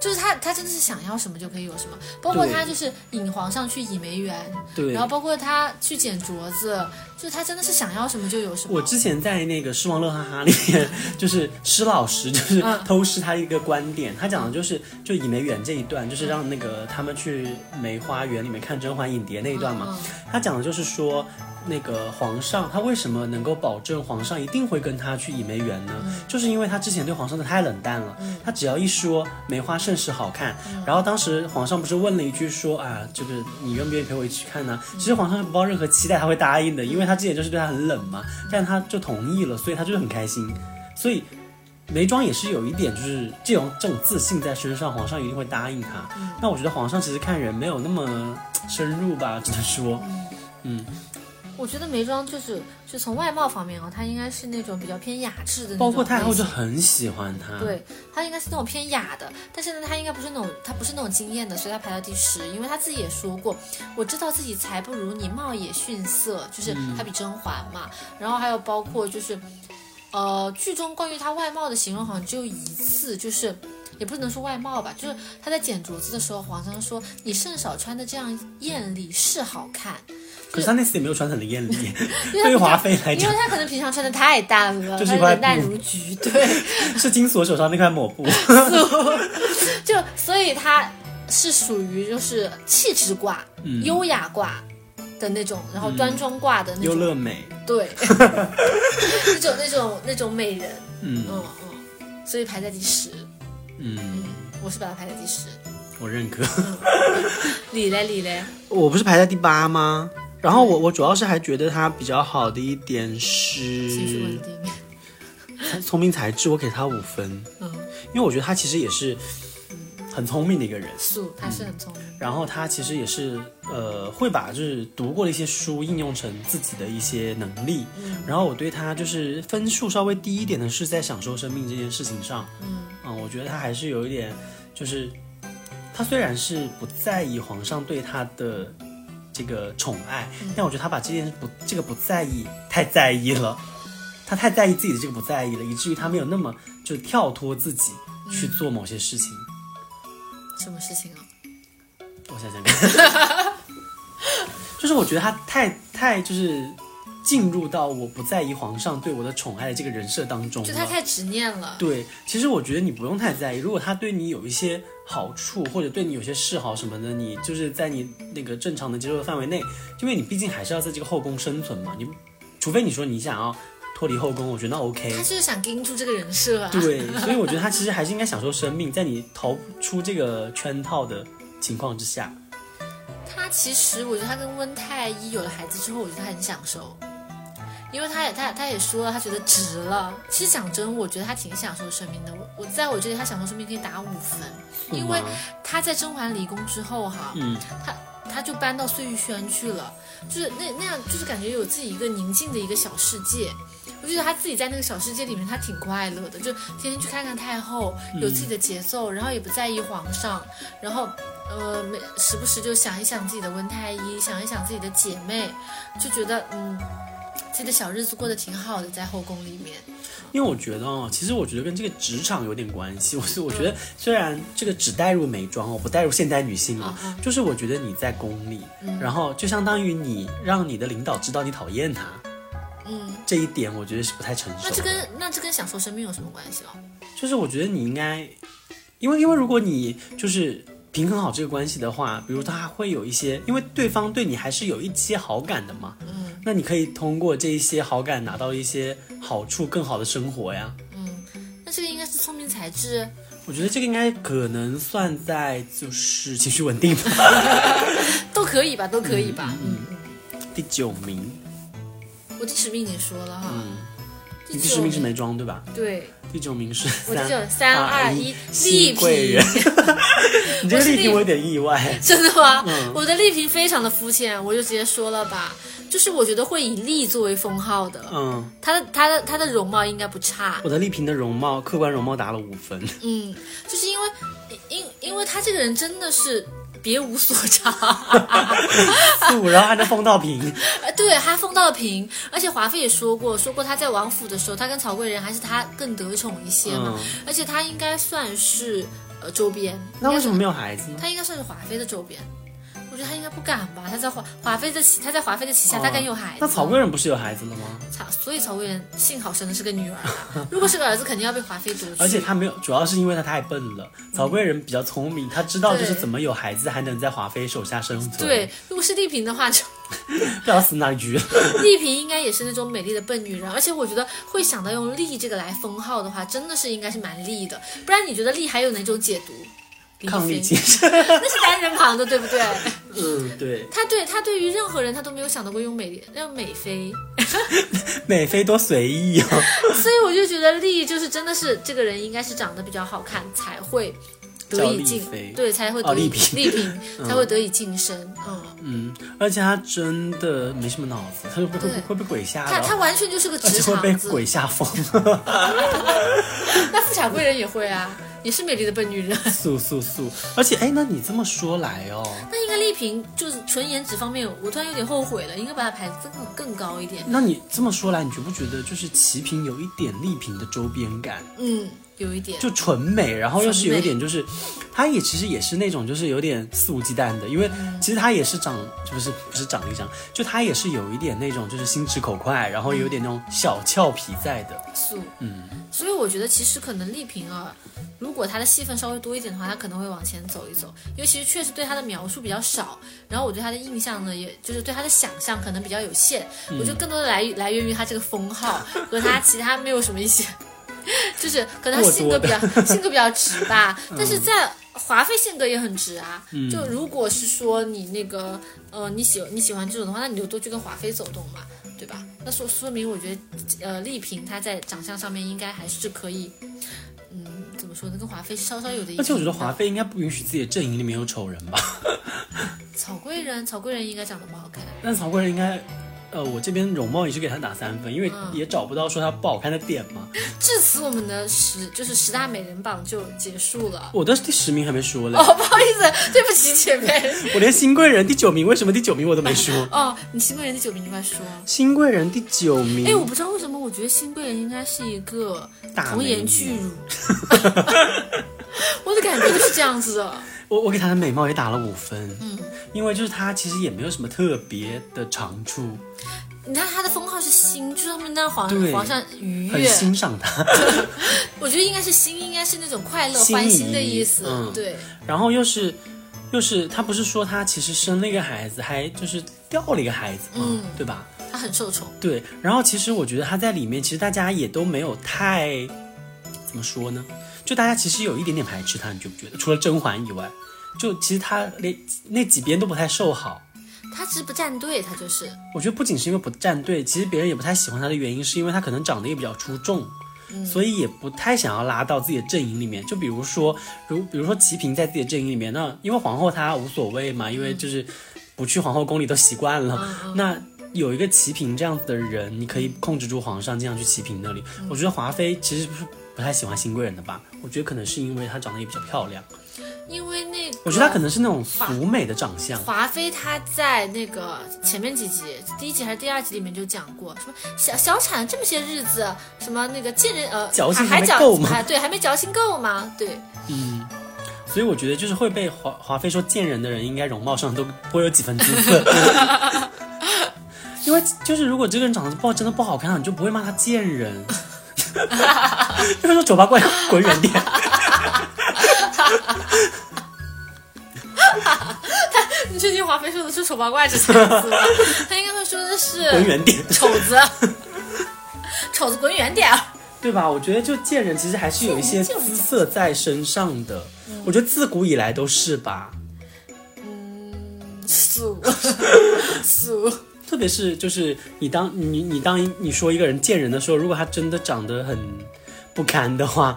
A: 就是他他真的是想要什么就可以有什么，包括
B: 对
A: 他就是引皇上去倚梅园，
B: 对
A: 然，后包括他去捡镯子，就是他真的是想要什么就有什么。
B: 我之前在那个《狮王乐哈哈》里面， 就是施老师就是
A: 嗯
B: 偷师他一个观点，他讲的就是就以梅园这一段，就是让那个他们去梅花园里面看甄嬛影蝶那一段嘛，
A: 嗯
B: 他讲的就是说。那个皇上，他为什么能够保证皇上一定会跟他去倚梅园呢？就是因为他之前对皇上的太冷淡了，他只要一说梅花盛世好看，然后当时皇上不是问了一句说啊，这个你愿不愿意陪我一起去看呢？其实皇上是不抱任何期待，他会答应的，因为他之前就是对他很冷嘛，但他就同意了，所以他就是很开心。所以眉庄也是有一点就是这种这种自信在身上，皇上一定会答应他。那我觉得皇上其实看人没有那么深入吧，只能说，嗯，
A: 我觉得眉庄就是就从外貌方面啊，她应该是那种比较偏雅致的那种类型，
B: 包括太后就很喜欢他。
A: 对，她应该是那种偏雅的，但是呢，她应该不是那种，她不是那种惊艳的，所以她排到第十。因为她自己也说过，我知道自己才不如你，貌也逊色，就是
B: 嗯
A: 她比甄嬛嘛。然后还有包括就是，呃，剧中关于她外貌的形容好像只有一次，就是也不能说外貌吧，就是他在剪镯子的时候，皇上说你甚少穿的这样艳丽是好看，
B: 可是他那次也没有穿得很艳丽，
A: 因
B: 对
A: 为
B: 于华
A: 他平
B: 妃
A: 常啊
B: 来
A: 因
B: 讲
A: 为他可能平常穿的太淡了，
B: 就是
A: 他
B: 一块
A: 冷淡
B: 布
A: 如菊，对，
B: 是金锁手上那块 抹布。
A: 就所以他是属于就是气质挂、
B: 嗯
A: 优雅挂的那种，然后端庄挂的那
B: 优
A: 种，
B: 乐美，
A: 对， 那种那种那种美人，
B: 嗯
A: 嗯嗯，所以排在第十，
B: 嗯，
A: 我是把它排在第十。
B: 我认可。
A: 你嘞，你嘞，
C: 我不是排在第八吗？然后我我主要是还觉得他比较好的一点
A: 情绪稳
C: 是
A: 定，
C: 聪明才智，我给他五分，
A: 嗯，
C: 因为我觉得他其实也是
B: 很聪明的一个人，
A: 素，他是很聪明，
B: 然后他其实也是呃会把就是读过的一些书应用成自己的一些能力。然后我对他就是分数稍微低一点的是在享受生命这件事情上，
A: 嗯
B: 嗯，我觉得他还是有一点就是他虽然是不在意皇上对他的。这个宠爱，但我觉得他把这件事不这个不在意太在意了，他太在意自己的这个不在意了，以至于他没有那么就跳脱自己去做某些事情。
A: 什么事情啊？
B: 我想想看， 就是我觉得他太太就是进入到我不在意皇上对我的宠爱的这个人设当中
A: 就他
B: 了。
A: 太执念了，
B: 对，其实我觉得你不用太在意，如果他对你有一些好处，或者对你有些示好什么的，你就是在你那个正常的接受的范围内，因为你毕竟还是要在这个后宫生存嘛。你除非你说你想要脱离后宫，我觉得那 OK。
A: 他就是想盯住这个人设啊。
B: 对，所以我觉得他其实还是应该享受生命，在你逃不出这个圈套的情况之下。
A: 他其实，我觉得他跟温太医有了孩子之后，我觉得他很享受，因为他也他他也说了，他觉得值了。其实讲真，我觉得他挺享受生命的。我我在我这里，他享受生命可以打五分，因为
B: 嗯啊
A: 他在甄嬛离宫之后哈，
B: 嗯，
A: 他就搬到碎玉轩去了，就是那那样，就是感觉有自己一个宁静的一个小世界。我觉得他自己在那个小世界里面，他挺快乐的，就天天去看看太后，有自己的节奏，然后也不在意皇上，然后呃，每时不时就想一想自己的温太医，想一想自己的姐妹，就觉得嗯，自己的小日子过得挺好的，在后宫里面。
B: 因为我觉得哦，其实我觉得跟这个职场有点关系。我是我
A: 嗯
B: 觉得，虽然这个只带入美妆哦，不带入现代女性哦，
A: 嗯
B: 就是我觉得你在宫里，然后就相当于你让你的领导知道你讨厌他，
A: 嗯，
B: 这一点我觉得是不太成熟
A: 那
B: 的。
A: 这跟那这跟享受生命有什么关系哦？
B: 就是我觉得你应该，因为因为如果你就是平衡好这个关系的话，比如他会有一些，因为对方对你还是有一些好感的嘛，嗯，那你可以通过这一些好感拿到一些好处，更好的生活呀。
A: 那这个应该是聪明才智，
B: 我觉得这个应该可能算在就是情绪稳定吧，
A: 都可以吧，都可以吧。嗯
B: 第九名。
A: 我第十名已经说了哈，
B: 嗯你第
A: 九
B: 十名是美妆对吧？
A: 对，
B: 第九名是
A: 我第九
B: 三
A: 三二一
B: 一，
A: 丽
B: 熹贵
A: 萍
B: 人，。 你这个
A: 我是
B: 例题
A: 丽
B: 我有点意外。
A: 真的吗？
B: 嗯
A: 我的丽萍非常的肤浅，我就直接说了吧，就是我觉得会以丽作为封号的，
B: 嗯，
A: 她的她的她的容貌应该不差，
B: 我的丽萍的容貌，客观容貌打了五分。
A: 嗯，就是因为因因为她这个人真的是。别无所长，
B: 素，然后还能风到平，
A: 哎对，她风到平，而且华妃也说过，说过她在王府的时候，她跟曹贵人还是她更得宠一些嘛，
B: 嗯，
A: 而且她应该算是呃周边，
B: 那为什么没有孩子呢？
A: 他应该算是华妃的周边，我觉得他应该不敢吧？他在华华妃的旗，他在华妃的旗下，
B: 哦
A: 他敢有孩子？
B: 那曹贵，人不是有孩子了吗？
A: 曹，所以曹贵人幸好生的是个女儿啊，如果是个儿子，肯定要被华妃夺去。
B: 而且他没有，主要是因为他太笨了。曹贵人比较聪明，他知道就是
A: 对
B: 怎么有孩子还能在华妃手下生存。
A: 对，，如果是丽嫔的话，就
B: 不知道死哪鱼了。
A: 丽嫔应该也是那种美丽的笨女人，而且我觉得会想到用“丽”这个来封号的话，真的是应该是蛮丽的，不然你觉得丽还有哪种解读？
B: 伉俪
A: 丽
B: 精
A: 妃，
B: 神。
A: 那是单人旁的，对不对？
B: 嗯，对，
A: 他对他对于任何人，他都没有想到过用美让美妃，
B: 美妃多随意哦。
A: 所以我就觉得丽就是真的是这个人应该是长得比较好看才会得
B: 叫
A: 以
B: 丽
A: 晋
B: 妃，
A: 对，才会
B: 哦
A: 得以嗯
B: 丽嫔
A: 丽嫔才会得以晋升。嗯，
B: 嗯，而且他真的没什么脑子，他就会会
A: 对
B: 会被鬼吓
A: 他他
B: 到，
A: 完全就是个
B: 而
A: 直
B: 且会被
A: 肠子。
B: 鬼吓疯。
A: 那富察贵人也会啊，也是美丽的笨女人。
B: 素素素，而且哎，那你这么说来哦，
A: 那应该丽嫔就是纯颜值方面，我突然有点后悔了，应该把她排更更高一点。
B: 那你这么说来，你觉不觉得就是齐平有一点丽萍的周边感？
A: 嗯，有一点
B: 就纯美，然后又是有一
A: 纯
B: 点就是，她也其实也是那种就是有点肆无忌惮的，因为
A: 嗯
B: 其实她也是长不是不是长一长，就她也是有一点那种就是心直口快，然后有点那种小俏皮在的。
A: 素，嗯，所以我觉得其实可能丽萍啊，如果她的戏份稍微多一点的话，她可能会往前走一走，因为其实确实对她的描述比较少，然后我对她的印象呢，也就是对她的想象可能比较有限，
B: 嗯
A: 我觉得更多的来来源于她这个封 号和她其他没有什么一些，就是可能她
B: 过多嗯
A: 性格比较性格比较直 吧，但是在。华妃性格也很直啊，就如果是说你那个，呃，你喜你喜欢这种的话，那你就多去跟华妃走动嘛，对吧？那说说明我觉得呃，丽萍她在长相上面应该还是可以，嗯，怎么说呢，跟华妃稍稍有的一拼的。
B: 而且我觉得华妃应该不允许自己的阵营里面有丑人吧？
A: 曹贵人，曹贵人应该长得不好看，
B: 但曹贵人应该，呃，我这边容貌也是给她打三分，因为
A: 嗯
B: 也找不到说她不好看的点嘛。
A: 至此我们的十就是十大美人榜就结束了。
B: 我的第十名还没说嘞，
A: 哦， 不好意思，对不起姐妹。。
B: 我连新贵人第九名为什么第九名我都没说
A: 哦，你新贵人第九名你快说。
B: 新贵人第九名，
A: 哎，我不知道为什么，我觉得新贵人应该是一个
B: 大
A: 童
B: 美
A: 颜
B: 女
A: 巨乳， 我的感觉就是这样子的。
B: 我我给她的美貌也打了五分，嗯，因为就是她其实也没有什么特别的长处，
A: 你看她的封号是星，就是他们那皇
B: 对
A: 皇上愉
B: 很
A: 悦，
B: 欣赏她，
A: 我觉得应该是心，应该是那种快乐、
B: 心
A: 欢欣的
B: 仪
A: 意思。
B: 嗯
A: 对，
B: 然后又是又是她不是说她其实生了一个孩子，还就是掉了一个孩子嘛，
A: 嗯
B: 对吧？
A: 他很受宠，
B: 对，然后其实我觉得她在里面，其实大家也都没有太怎么说呢？就大家其实有一点点排斥她，你觉不觉得？除了甄嬛以外，就其实她连那几边都不太受好。
A: 他其实不站队，他就是
B: 我觉得不仅是因为不站队，其实别人也不太喜欢她的原因，是因为她可能长得也比较出众，所以也不太想要拉到自己的阵营里面。就比如说，如比如说齐嫔在自己的阵营里面，那因为皇后她无所谓嘛，因为就是不去皇后宫里都习惯了。那有一个齐嫔这样子的人，你可以控制住皇上，尽量去齐嫔那里。我觉得华妃其实不是不太喜欢新贵人的吧？我觉得可能是因为她长得也比较漂亮，
A: 因为那个，
B: 我觉得她可能是那种俗美的长相。
A: 华妃她在那个前面几集，第一集还是第二集里面就讲过，什么小小产了这么些日子，什么那个见人呃
B: 矫情
A: 还
B: 还
A: 还
B: 没
A: 矫哎
B: 够吗
A: 还对，还没矫情够吗？对，
B: 嗯，所以我觉得就是会被华华妃说贱人的人，应该容貌上都不会有几分姿色。因为就是如果这个人长得不好，真的不好看，你就不会骂他贱人，就是说丑八怪，滚远点。
A: 你确定华妃说的是丑八怪这三个字吗？她应该会说的
B: 滚
A: 是
B: 远点，
A: 丑子， 丑子滚远点儿。
B: 对吧？我觉得就贱人其实还是有一些
A: 贱人
B: 姿色在身上的，我觉得自古以来都是吧。
A: 素素，
B: 特别是就是你当你你当你说一个人贱人的时候，如果他真的长得很不堪的话，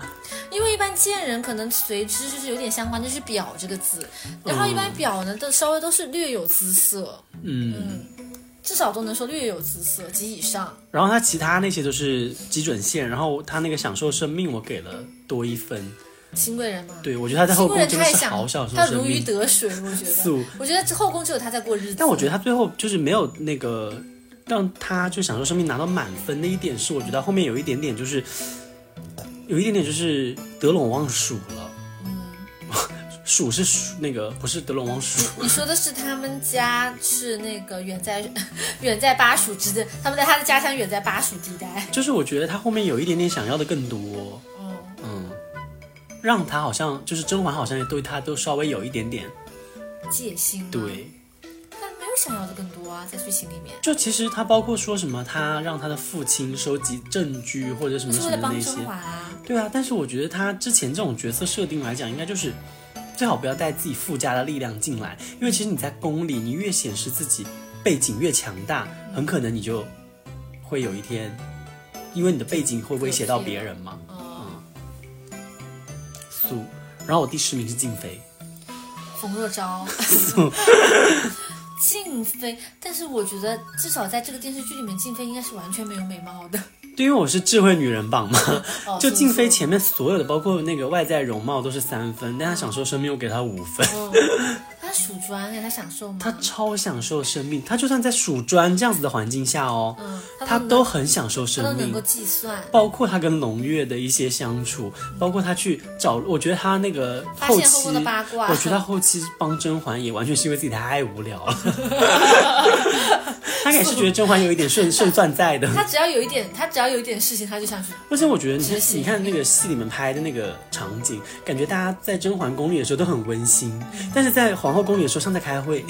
A: 因为一般贱人可能随之就是有点相关，就是婊这个字，然后一般婊呢都稍微都是略有姿色，
B: 嗯
A: 至少都能说略有姿色及以上。
B: 然后他其他那些都是基准线，然后他那个享受生命我给了多一分，
A: 新贵人嘛，
B: 对我觉得他在
A: 新
B: 后
A: 贵
B: 宫
A: 人
B: 真的
A: 太
B: 是
A: 想
B: 好享，受
A: 他
B: 生
A: 如鱼
B: 命。
A: 得水，我觉得。
B: 素，
A: 我觉得后宫只有他在过日子。
B: 但我觉得他最后就是没有那个让他就享受生命拿到满分的一点是，我觉得后面有一点点就是有一点点就是得陇望蜀了。蜀是蜀那个不是得陇望蜀，
A: 你说的是他们家是那个远在 远在巴蜀之地，他们在他的家乡远在巴蜀地带。
B: 就是我觉得他后面有一点点想要的更多，
A: 嗯，
B: 嗯，让他好像就是甄嬛好像也对他都稍微有一点点
A: 戒心、啊。
B: 对。
A: 但没有想要的更多啊，在剧情里面。
B: 就其实他包括说什么，他让他的父亲收集证据或者什
A: 不
B: 么
A: 是为
B: 什
A: 了
B: 么的
A: 帮
B: 那些
A: 甄，嬛啊。
B: 对啊。但是我觉得他之前这种角色设定来讲，应该就是最好不要带自己附加的力量进来，因为其实你在宫里，你越显示自己背景越强大，很可能你就会有一天，因为你的背景会威胁到别人嘛。
A: 哦，
B: 素，然后我第十名是静妃，
A: 冯若昭，静妃，但是我觉得至少在这个电视剧里面，静妃应该是完全没有美貌的。
B: 对，因为我是智慧女人榜嘛，
A: 哦、
B: 就静妃
A: 前，
B: 前面所有的，包括那个外在容貌都是三分，但她享受生命又给她五分。
A: 嗯，她数砖哎，他享受吗？
B: 他超享受生命，他就算在数砖这样子的环境下哦，
A: 嗯，
B: 他
A: 能
B: 都很享受
A: 他都
B: 生
A: 能
B: 命
A: 够。计算，
B: 包括他跟龙月的一些相处，包括他去找，我觉得他那个
A: 发
B: 后
A: 现后
B: 期，
A: 宫的八卦
B: 我觉得他后期帮甄嬛也完全是因为自己太无 聊了，他也是觉得甄嬛有一 点胜胜算在的。
A: 他只要有一点，他只要有一点事情，他就想去。
B: 而且我觉得你看
A: 执行
B: 你看那个戏里面拍的那个场景，感觉大家在甄嬛宫里的时候都很温馨，但是在皇后宫里的时候像在开会。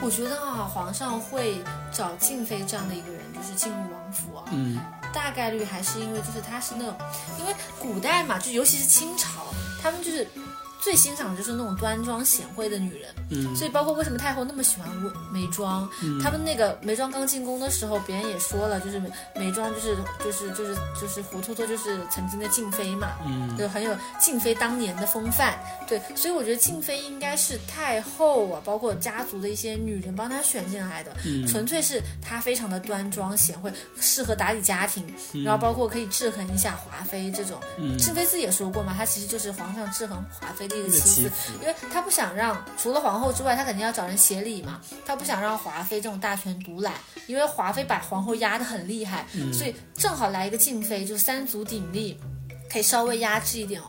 A: 我觉得啊，皇上会找静妃这样的一个人，就是进入王府啊，
B: 嗯，
A: 大概率还是因为就是他是那种，因为古代嘛，就尤其是清朝，他们就是最欣赏的就是那种端庄贤惠的女人，
B: 嗯
A: 所以包括为什么太后那么喜欢眉庄，他们那个眉庄刚进宫的时候，别人也说了，就是眉眉庄就是就是就是就是活脱脱就是曾经的静妃嘛，
B: 嗯，
A: 就很有静妃当年的风范。对，所以我觉得静妃应该是太后啊，包括家族的一些女人帮她选进来的，
B: 嗯
A: 纯粹是她非常的端庄贤惠，适合打理家庭，
B: 嗯
A: 然后包括可以制衡一下华妃这种。静妃自己也说过嘛，她其实就是皇上制衡华妃的一个
B: 那个
A: 妻
B: 妻
A: 子。
B: 子，
A: 因为她不想让除了皇后之外，她肯定要找人协理嘛。她不想让华妃这种大权独揽，因为华妃把皇后压得很厉害，
B: 嗯
A: 所以正好来一个静妃，就三足鼎立，可以稍微压制一点，哦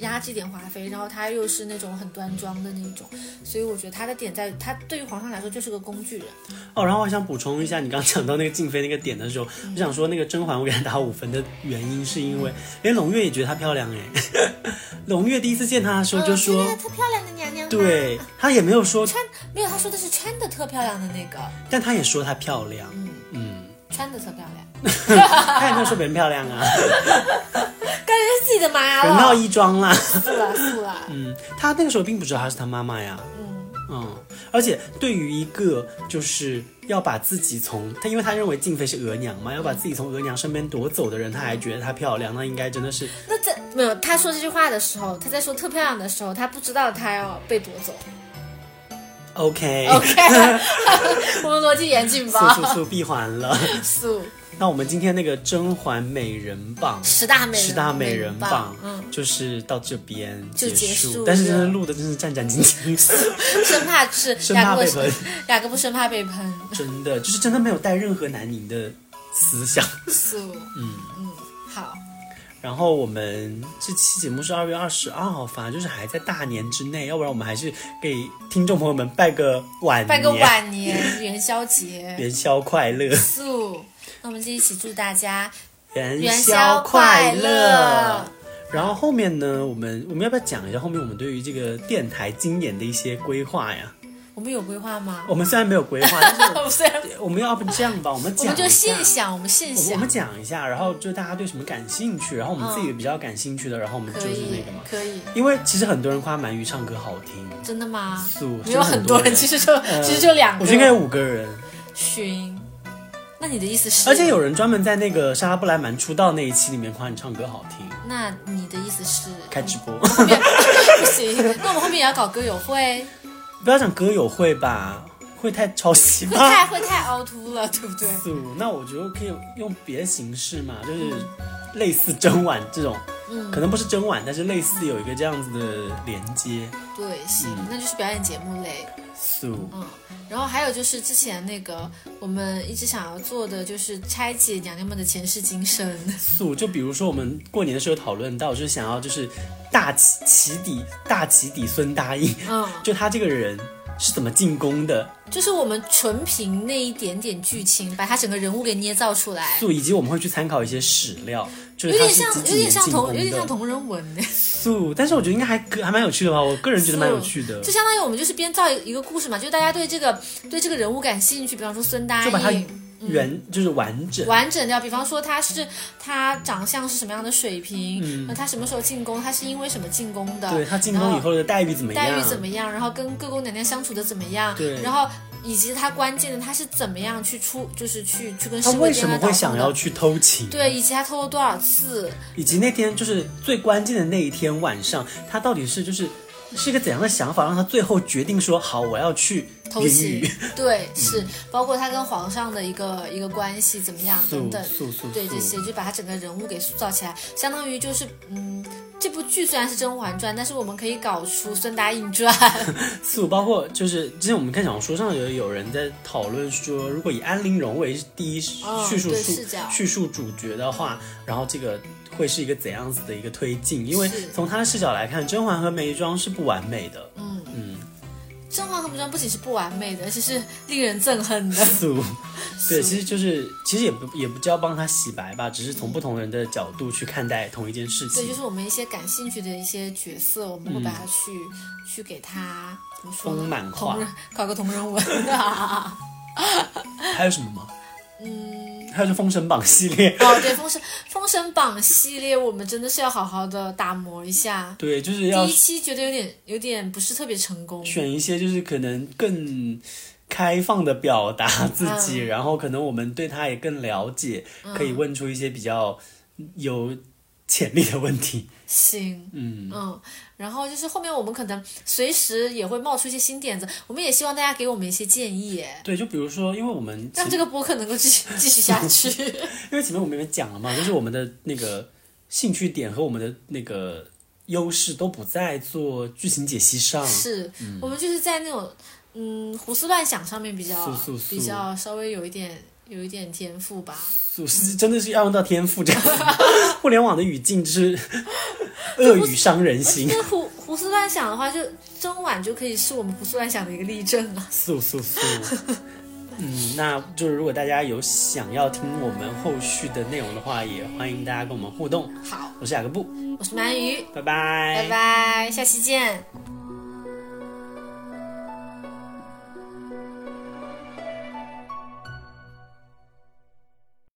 A: 压制一点华妃。然后她又是那种很端庄的那种，所以我觉得她的点在于，她对于皇上来说就是个工具人。
B: 哦，然后我还想补充一下，你刚刚讲到那个静妃那个点的时候，我想说那个甄嬛，我给她打五分的原因是因为，因为胧月也觉得她漂亮 哎，胧月第一次见她的
A: 哦
B: 时候就说，
A: 特漂亮的娘娘，，啊
B: 对她也没有说，
A: 穿没有，她说的是穿的特漂亮的那个，
B: 但她也说她漂亮，
A: 穿的特漂 亮，
B: 她也没有说别人漂亮啊，
A: 感觉是自己的妈
B: 人到
A: 了，
B: 衣装啦。
A: 素了素了，
B: 嗯，她那个时候并不知道她是她妈妈呀。
A: 嗯。
B: 嗯，而且对于一个就是要把自己从她，因为她认为静妃是额娘嘛，要把自己从额娘身边夺走的人，她还觉得她漂亮，那应该真的是
A: 那在没有他说这句话的时候，他在说特漂亮的时候，他不知道他要被夺 走。
B: OK。
A: OK，我们逻辑严谨
B: 速速
A: 吧？
B: 速 闭环 了。
A: 素
B: 那我们今天那个甄嬛美人榜。
A: 十大美人
B: 十大美人
A: 人
B: 榜，
A: 嗯，
B: 就是到这边
A: 就结
B: 束，
A: 束
B: 但是真的
A: 了
B: 录的真是战战兢兢，
A: 生怕是
B: 生
A: 雅
B: 怕
A: 各
B: 被
A: 布
B: 喷，
A: 雅各布生怕被喷。
B: 真的就是真的没有带任何南宁的思想。
A: 素，嗯嗯，好，
B: 然后我们这期节目是二月二十二号发，就是还在大年之内，要不然我们还是给听众朋友们拜个晚年，
A: 拜个晚年，元宵节，
B: 元宵快乐，
A: 素。那我们就一起祝大家
B: 元
A: 元宵快乐。
B: 然后后面呢，我们我们要不要讲一下后面我们对于这个电台今年的一些规划呀？
A: 我们有规划吗？
B: 我们虽然没有规划， 但是
A: 我虽然
B: 我们要不这样吧，我们
A: 我
B: 讲
A: 们
B: 一下
A: 就现想，我们现
B: 我们我
A: 想
B: 们，讲一下，然后就大家对什么感兴趣，然后我们自己比较感兴趣的，然后我们就
A: 可
B: 是那
A: 以
B: 个嘛。
A: 可以，
B: 因为其实很多人夸鳗鱼唱歌好听，
A: 真的吗？
B: 素
A: 没有
B: 真的
A: 很多人，其实就其实就两个。
B: 呃我觉得应该有五个人，
A: 熏。那你的意思是？
B: 而且有人专门在那个莎拉布莱曼出道那一期里面夸你唱歌好听，
A: 那你的意思是？
B: 开直播。
A: 后面 不行，那我们后面也要搞歌友会，
B: 不要讲歌友会吧，会太抄袭
A: 会
B: 吧？
A: 太会太凹凸了，对不对？
B: 素，那我觉得可以用别的形式嘛，就是类似甄嬛这种，
A: 嗯
B: 可能不是甄嬛，但是类似有一个这样子的连接。
A: 对，行，
B: 嗯
A: 那就是表演节目类。
B: 素，
A: 嗯，然后还有就是之前那个我们一直想要做的，就是拆解娘娘们的前世今生。
B: 素，就比如说我们过年的时候讨论到，就是想要就是大起起底大起底孙答应，
A: 嗯，
B: 就他这个人是怎么进宫的，
A: 就是我们纯凭那一点点剧情，把她整个人物给捏造出来，
B: 素，以及我们会去参考一些史料，就
A: 有
B: 是他
A: 点
B: 是
A: 像，
B: 几
A: 有
B: 几
A: 点
B: 年
A: 像
B: 进
A: 同，
B: 宫
A: 有点像
B: 的
A: 同人文呢。
B: 素，但是我觉得应该还可还蛮有趣的吧，我个人觉得蛮有趣的，
A: 就相当于我们就是编造一个故事嘛，就大家对这个对这个人物感兴趣，比方说孙答
B: 就把它
A: 应。
B: 原就是完整。
A: 嗯完整掉，比方说他是他长相是什么样的水
B: 嗯
A: 平，那、他什么时候进宫，他是因为什么进宫的，
B: 对他进宫以后的待遇怎么样？
A: 待遇怎么样，然后跟各宫娘娘相处的怎么样，
B: 对
A: 然后以及他关键的他是怎么样去出，就是去去跟
B: 他
A: 侍
B: 为
A: 卫
B: 什
A: 间
B: 么
A: 来
B: 会
A: 捣
B: 想
A: 鼓
B: 要
A: 的，
B: 去偷情？
A: 对，，以及他偷了多少次，
B: 以及那天就是最关键的那一天晚上，他到底是就是是一个怎样的想法，让他最后决定说好我要去
A: 偷
B: 云
A: 情
B: 雨，
A: 对，是包括他跟皇上的一个一个关系怎么样等
B: 素
A: 等，
B: 素素
A: 对
B: 素
A: 这些就把他整个人物给塑造起来，相当于就是嗯，这部剧虽然是《甄嬛传》，但是我们可以搞出《孙答应传》
B: 四五，包括就是之前我们看小说上有有人在讨论说，如果以安陵容为第一
A: 哦
B: 叙述
A: 对
B: 主、
A: 视角
B: 叙述主角的话，然后这个会是一个怎样子的一个推进？因为
A: 是
B: 从他的视角来看，甄嬛和眉庄是不完美的。
A: 《甄嬛和眉庄》不仅是不完美的，而且是令人憎恨的。
B: 四五，
A: 四
B: 对，
A: 五
B: 其实就是其实也不也不叫帮他洗白吧，只是从不同人的角度去看待同一件事
A: 对，就
B: 情。
A: 是我们一些感兴趣的一些角色，我们会把它去、去给它怎么说呢？
B: 嗯丰满化
A: 同人搞个同人文啊。
B: 还有什么吗？嗯，还有就《封神榜》系列。
A: 哦，对，《封神》《封神榜》系列，我们真的是要好好的打磨一下。
B: 对，就是要
A: 第一期觉得有点有点不是特别成功，
B: 选一些就是可能更开放的表达自
A: 嗯
B: 己，然后可能我们对他也更了解，可以问出一些比较有潜力的问题。
A: 行，
B: 嗯，
A: 嗯，然后就是后面我们可能随时也会冒出一些新点子，我们也希望大家给我们一些建议，
B: 对，就比如说，因为我们
A: 让这
B: 前
A: 个播客能够继续继续下去。
B: 因为前面我们也讲了嘛，就是我们的那个兴趣点和我们的那个优势都不在做剧情解析上。
A: 是、我们就是在那种嗯胡思乱想上面比较
B: 速速速
A: 比较稍微有一点有一点天赋吧。
B: 是是真的是要用到天赋这 样子，互联网的语境就是恶语伤人 心，
A: 那胡胡思乱想的话，就甄嬛就可以是我们胡思乱想的一个例证啊。
B: 速速速。嗯，那就是如果大家有想要听我们后续的内容的话，也欢迎大家跟我们互动。
A: 好，
B: 我是雅各布，
A: 我是鳗鱼，
B: 拜拜，
A: 拜拜，下期见。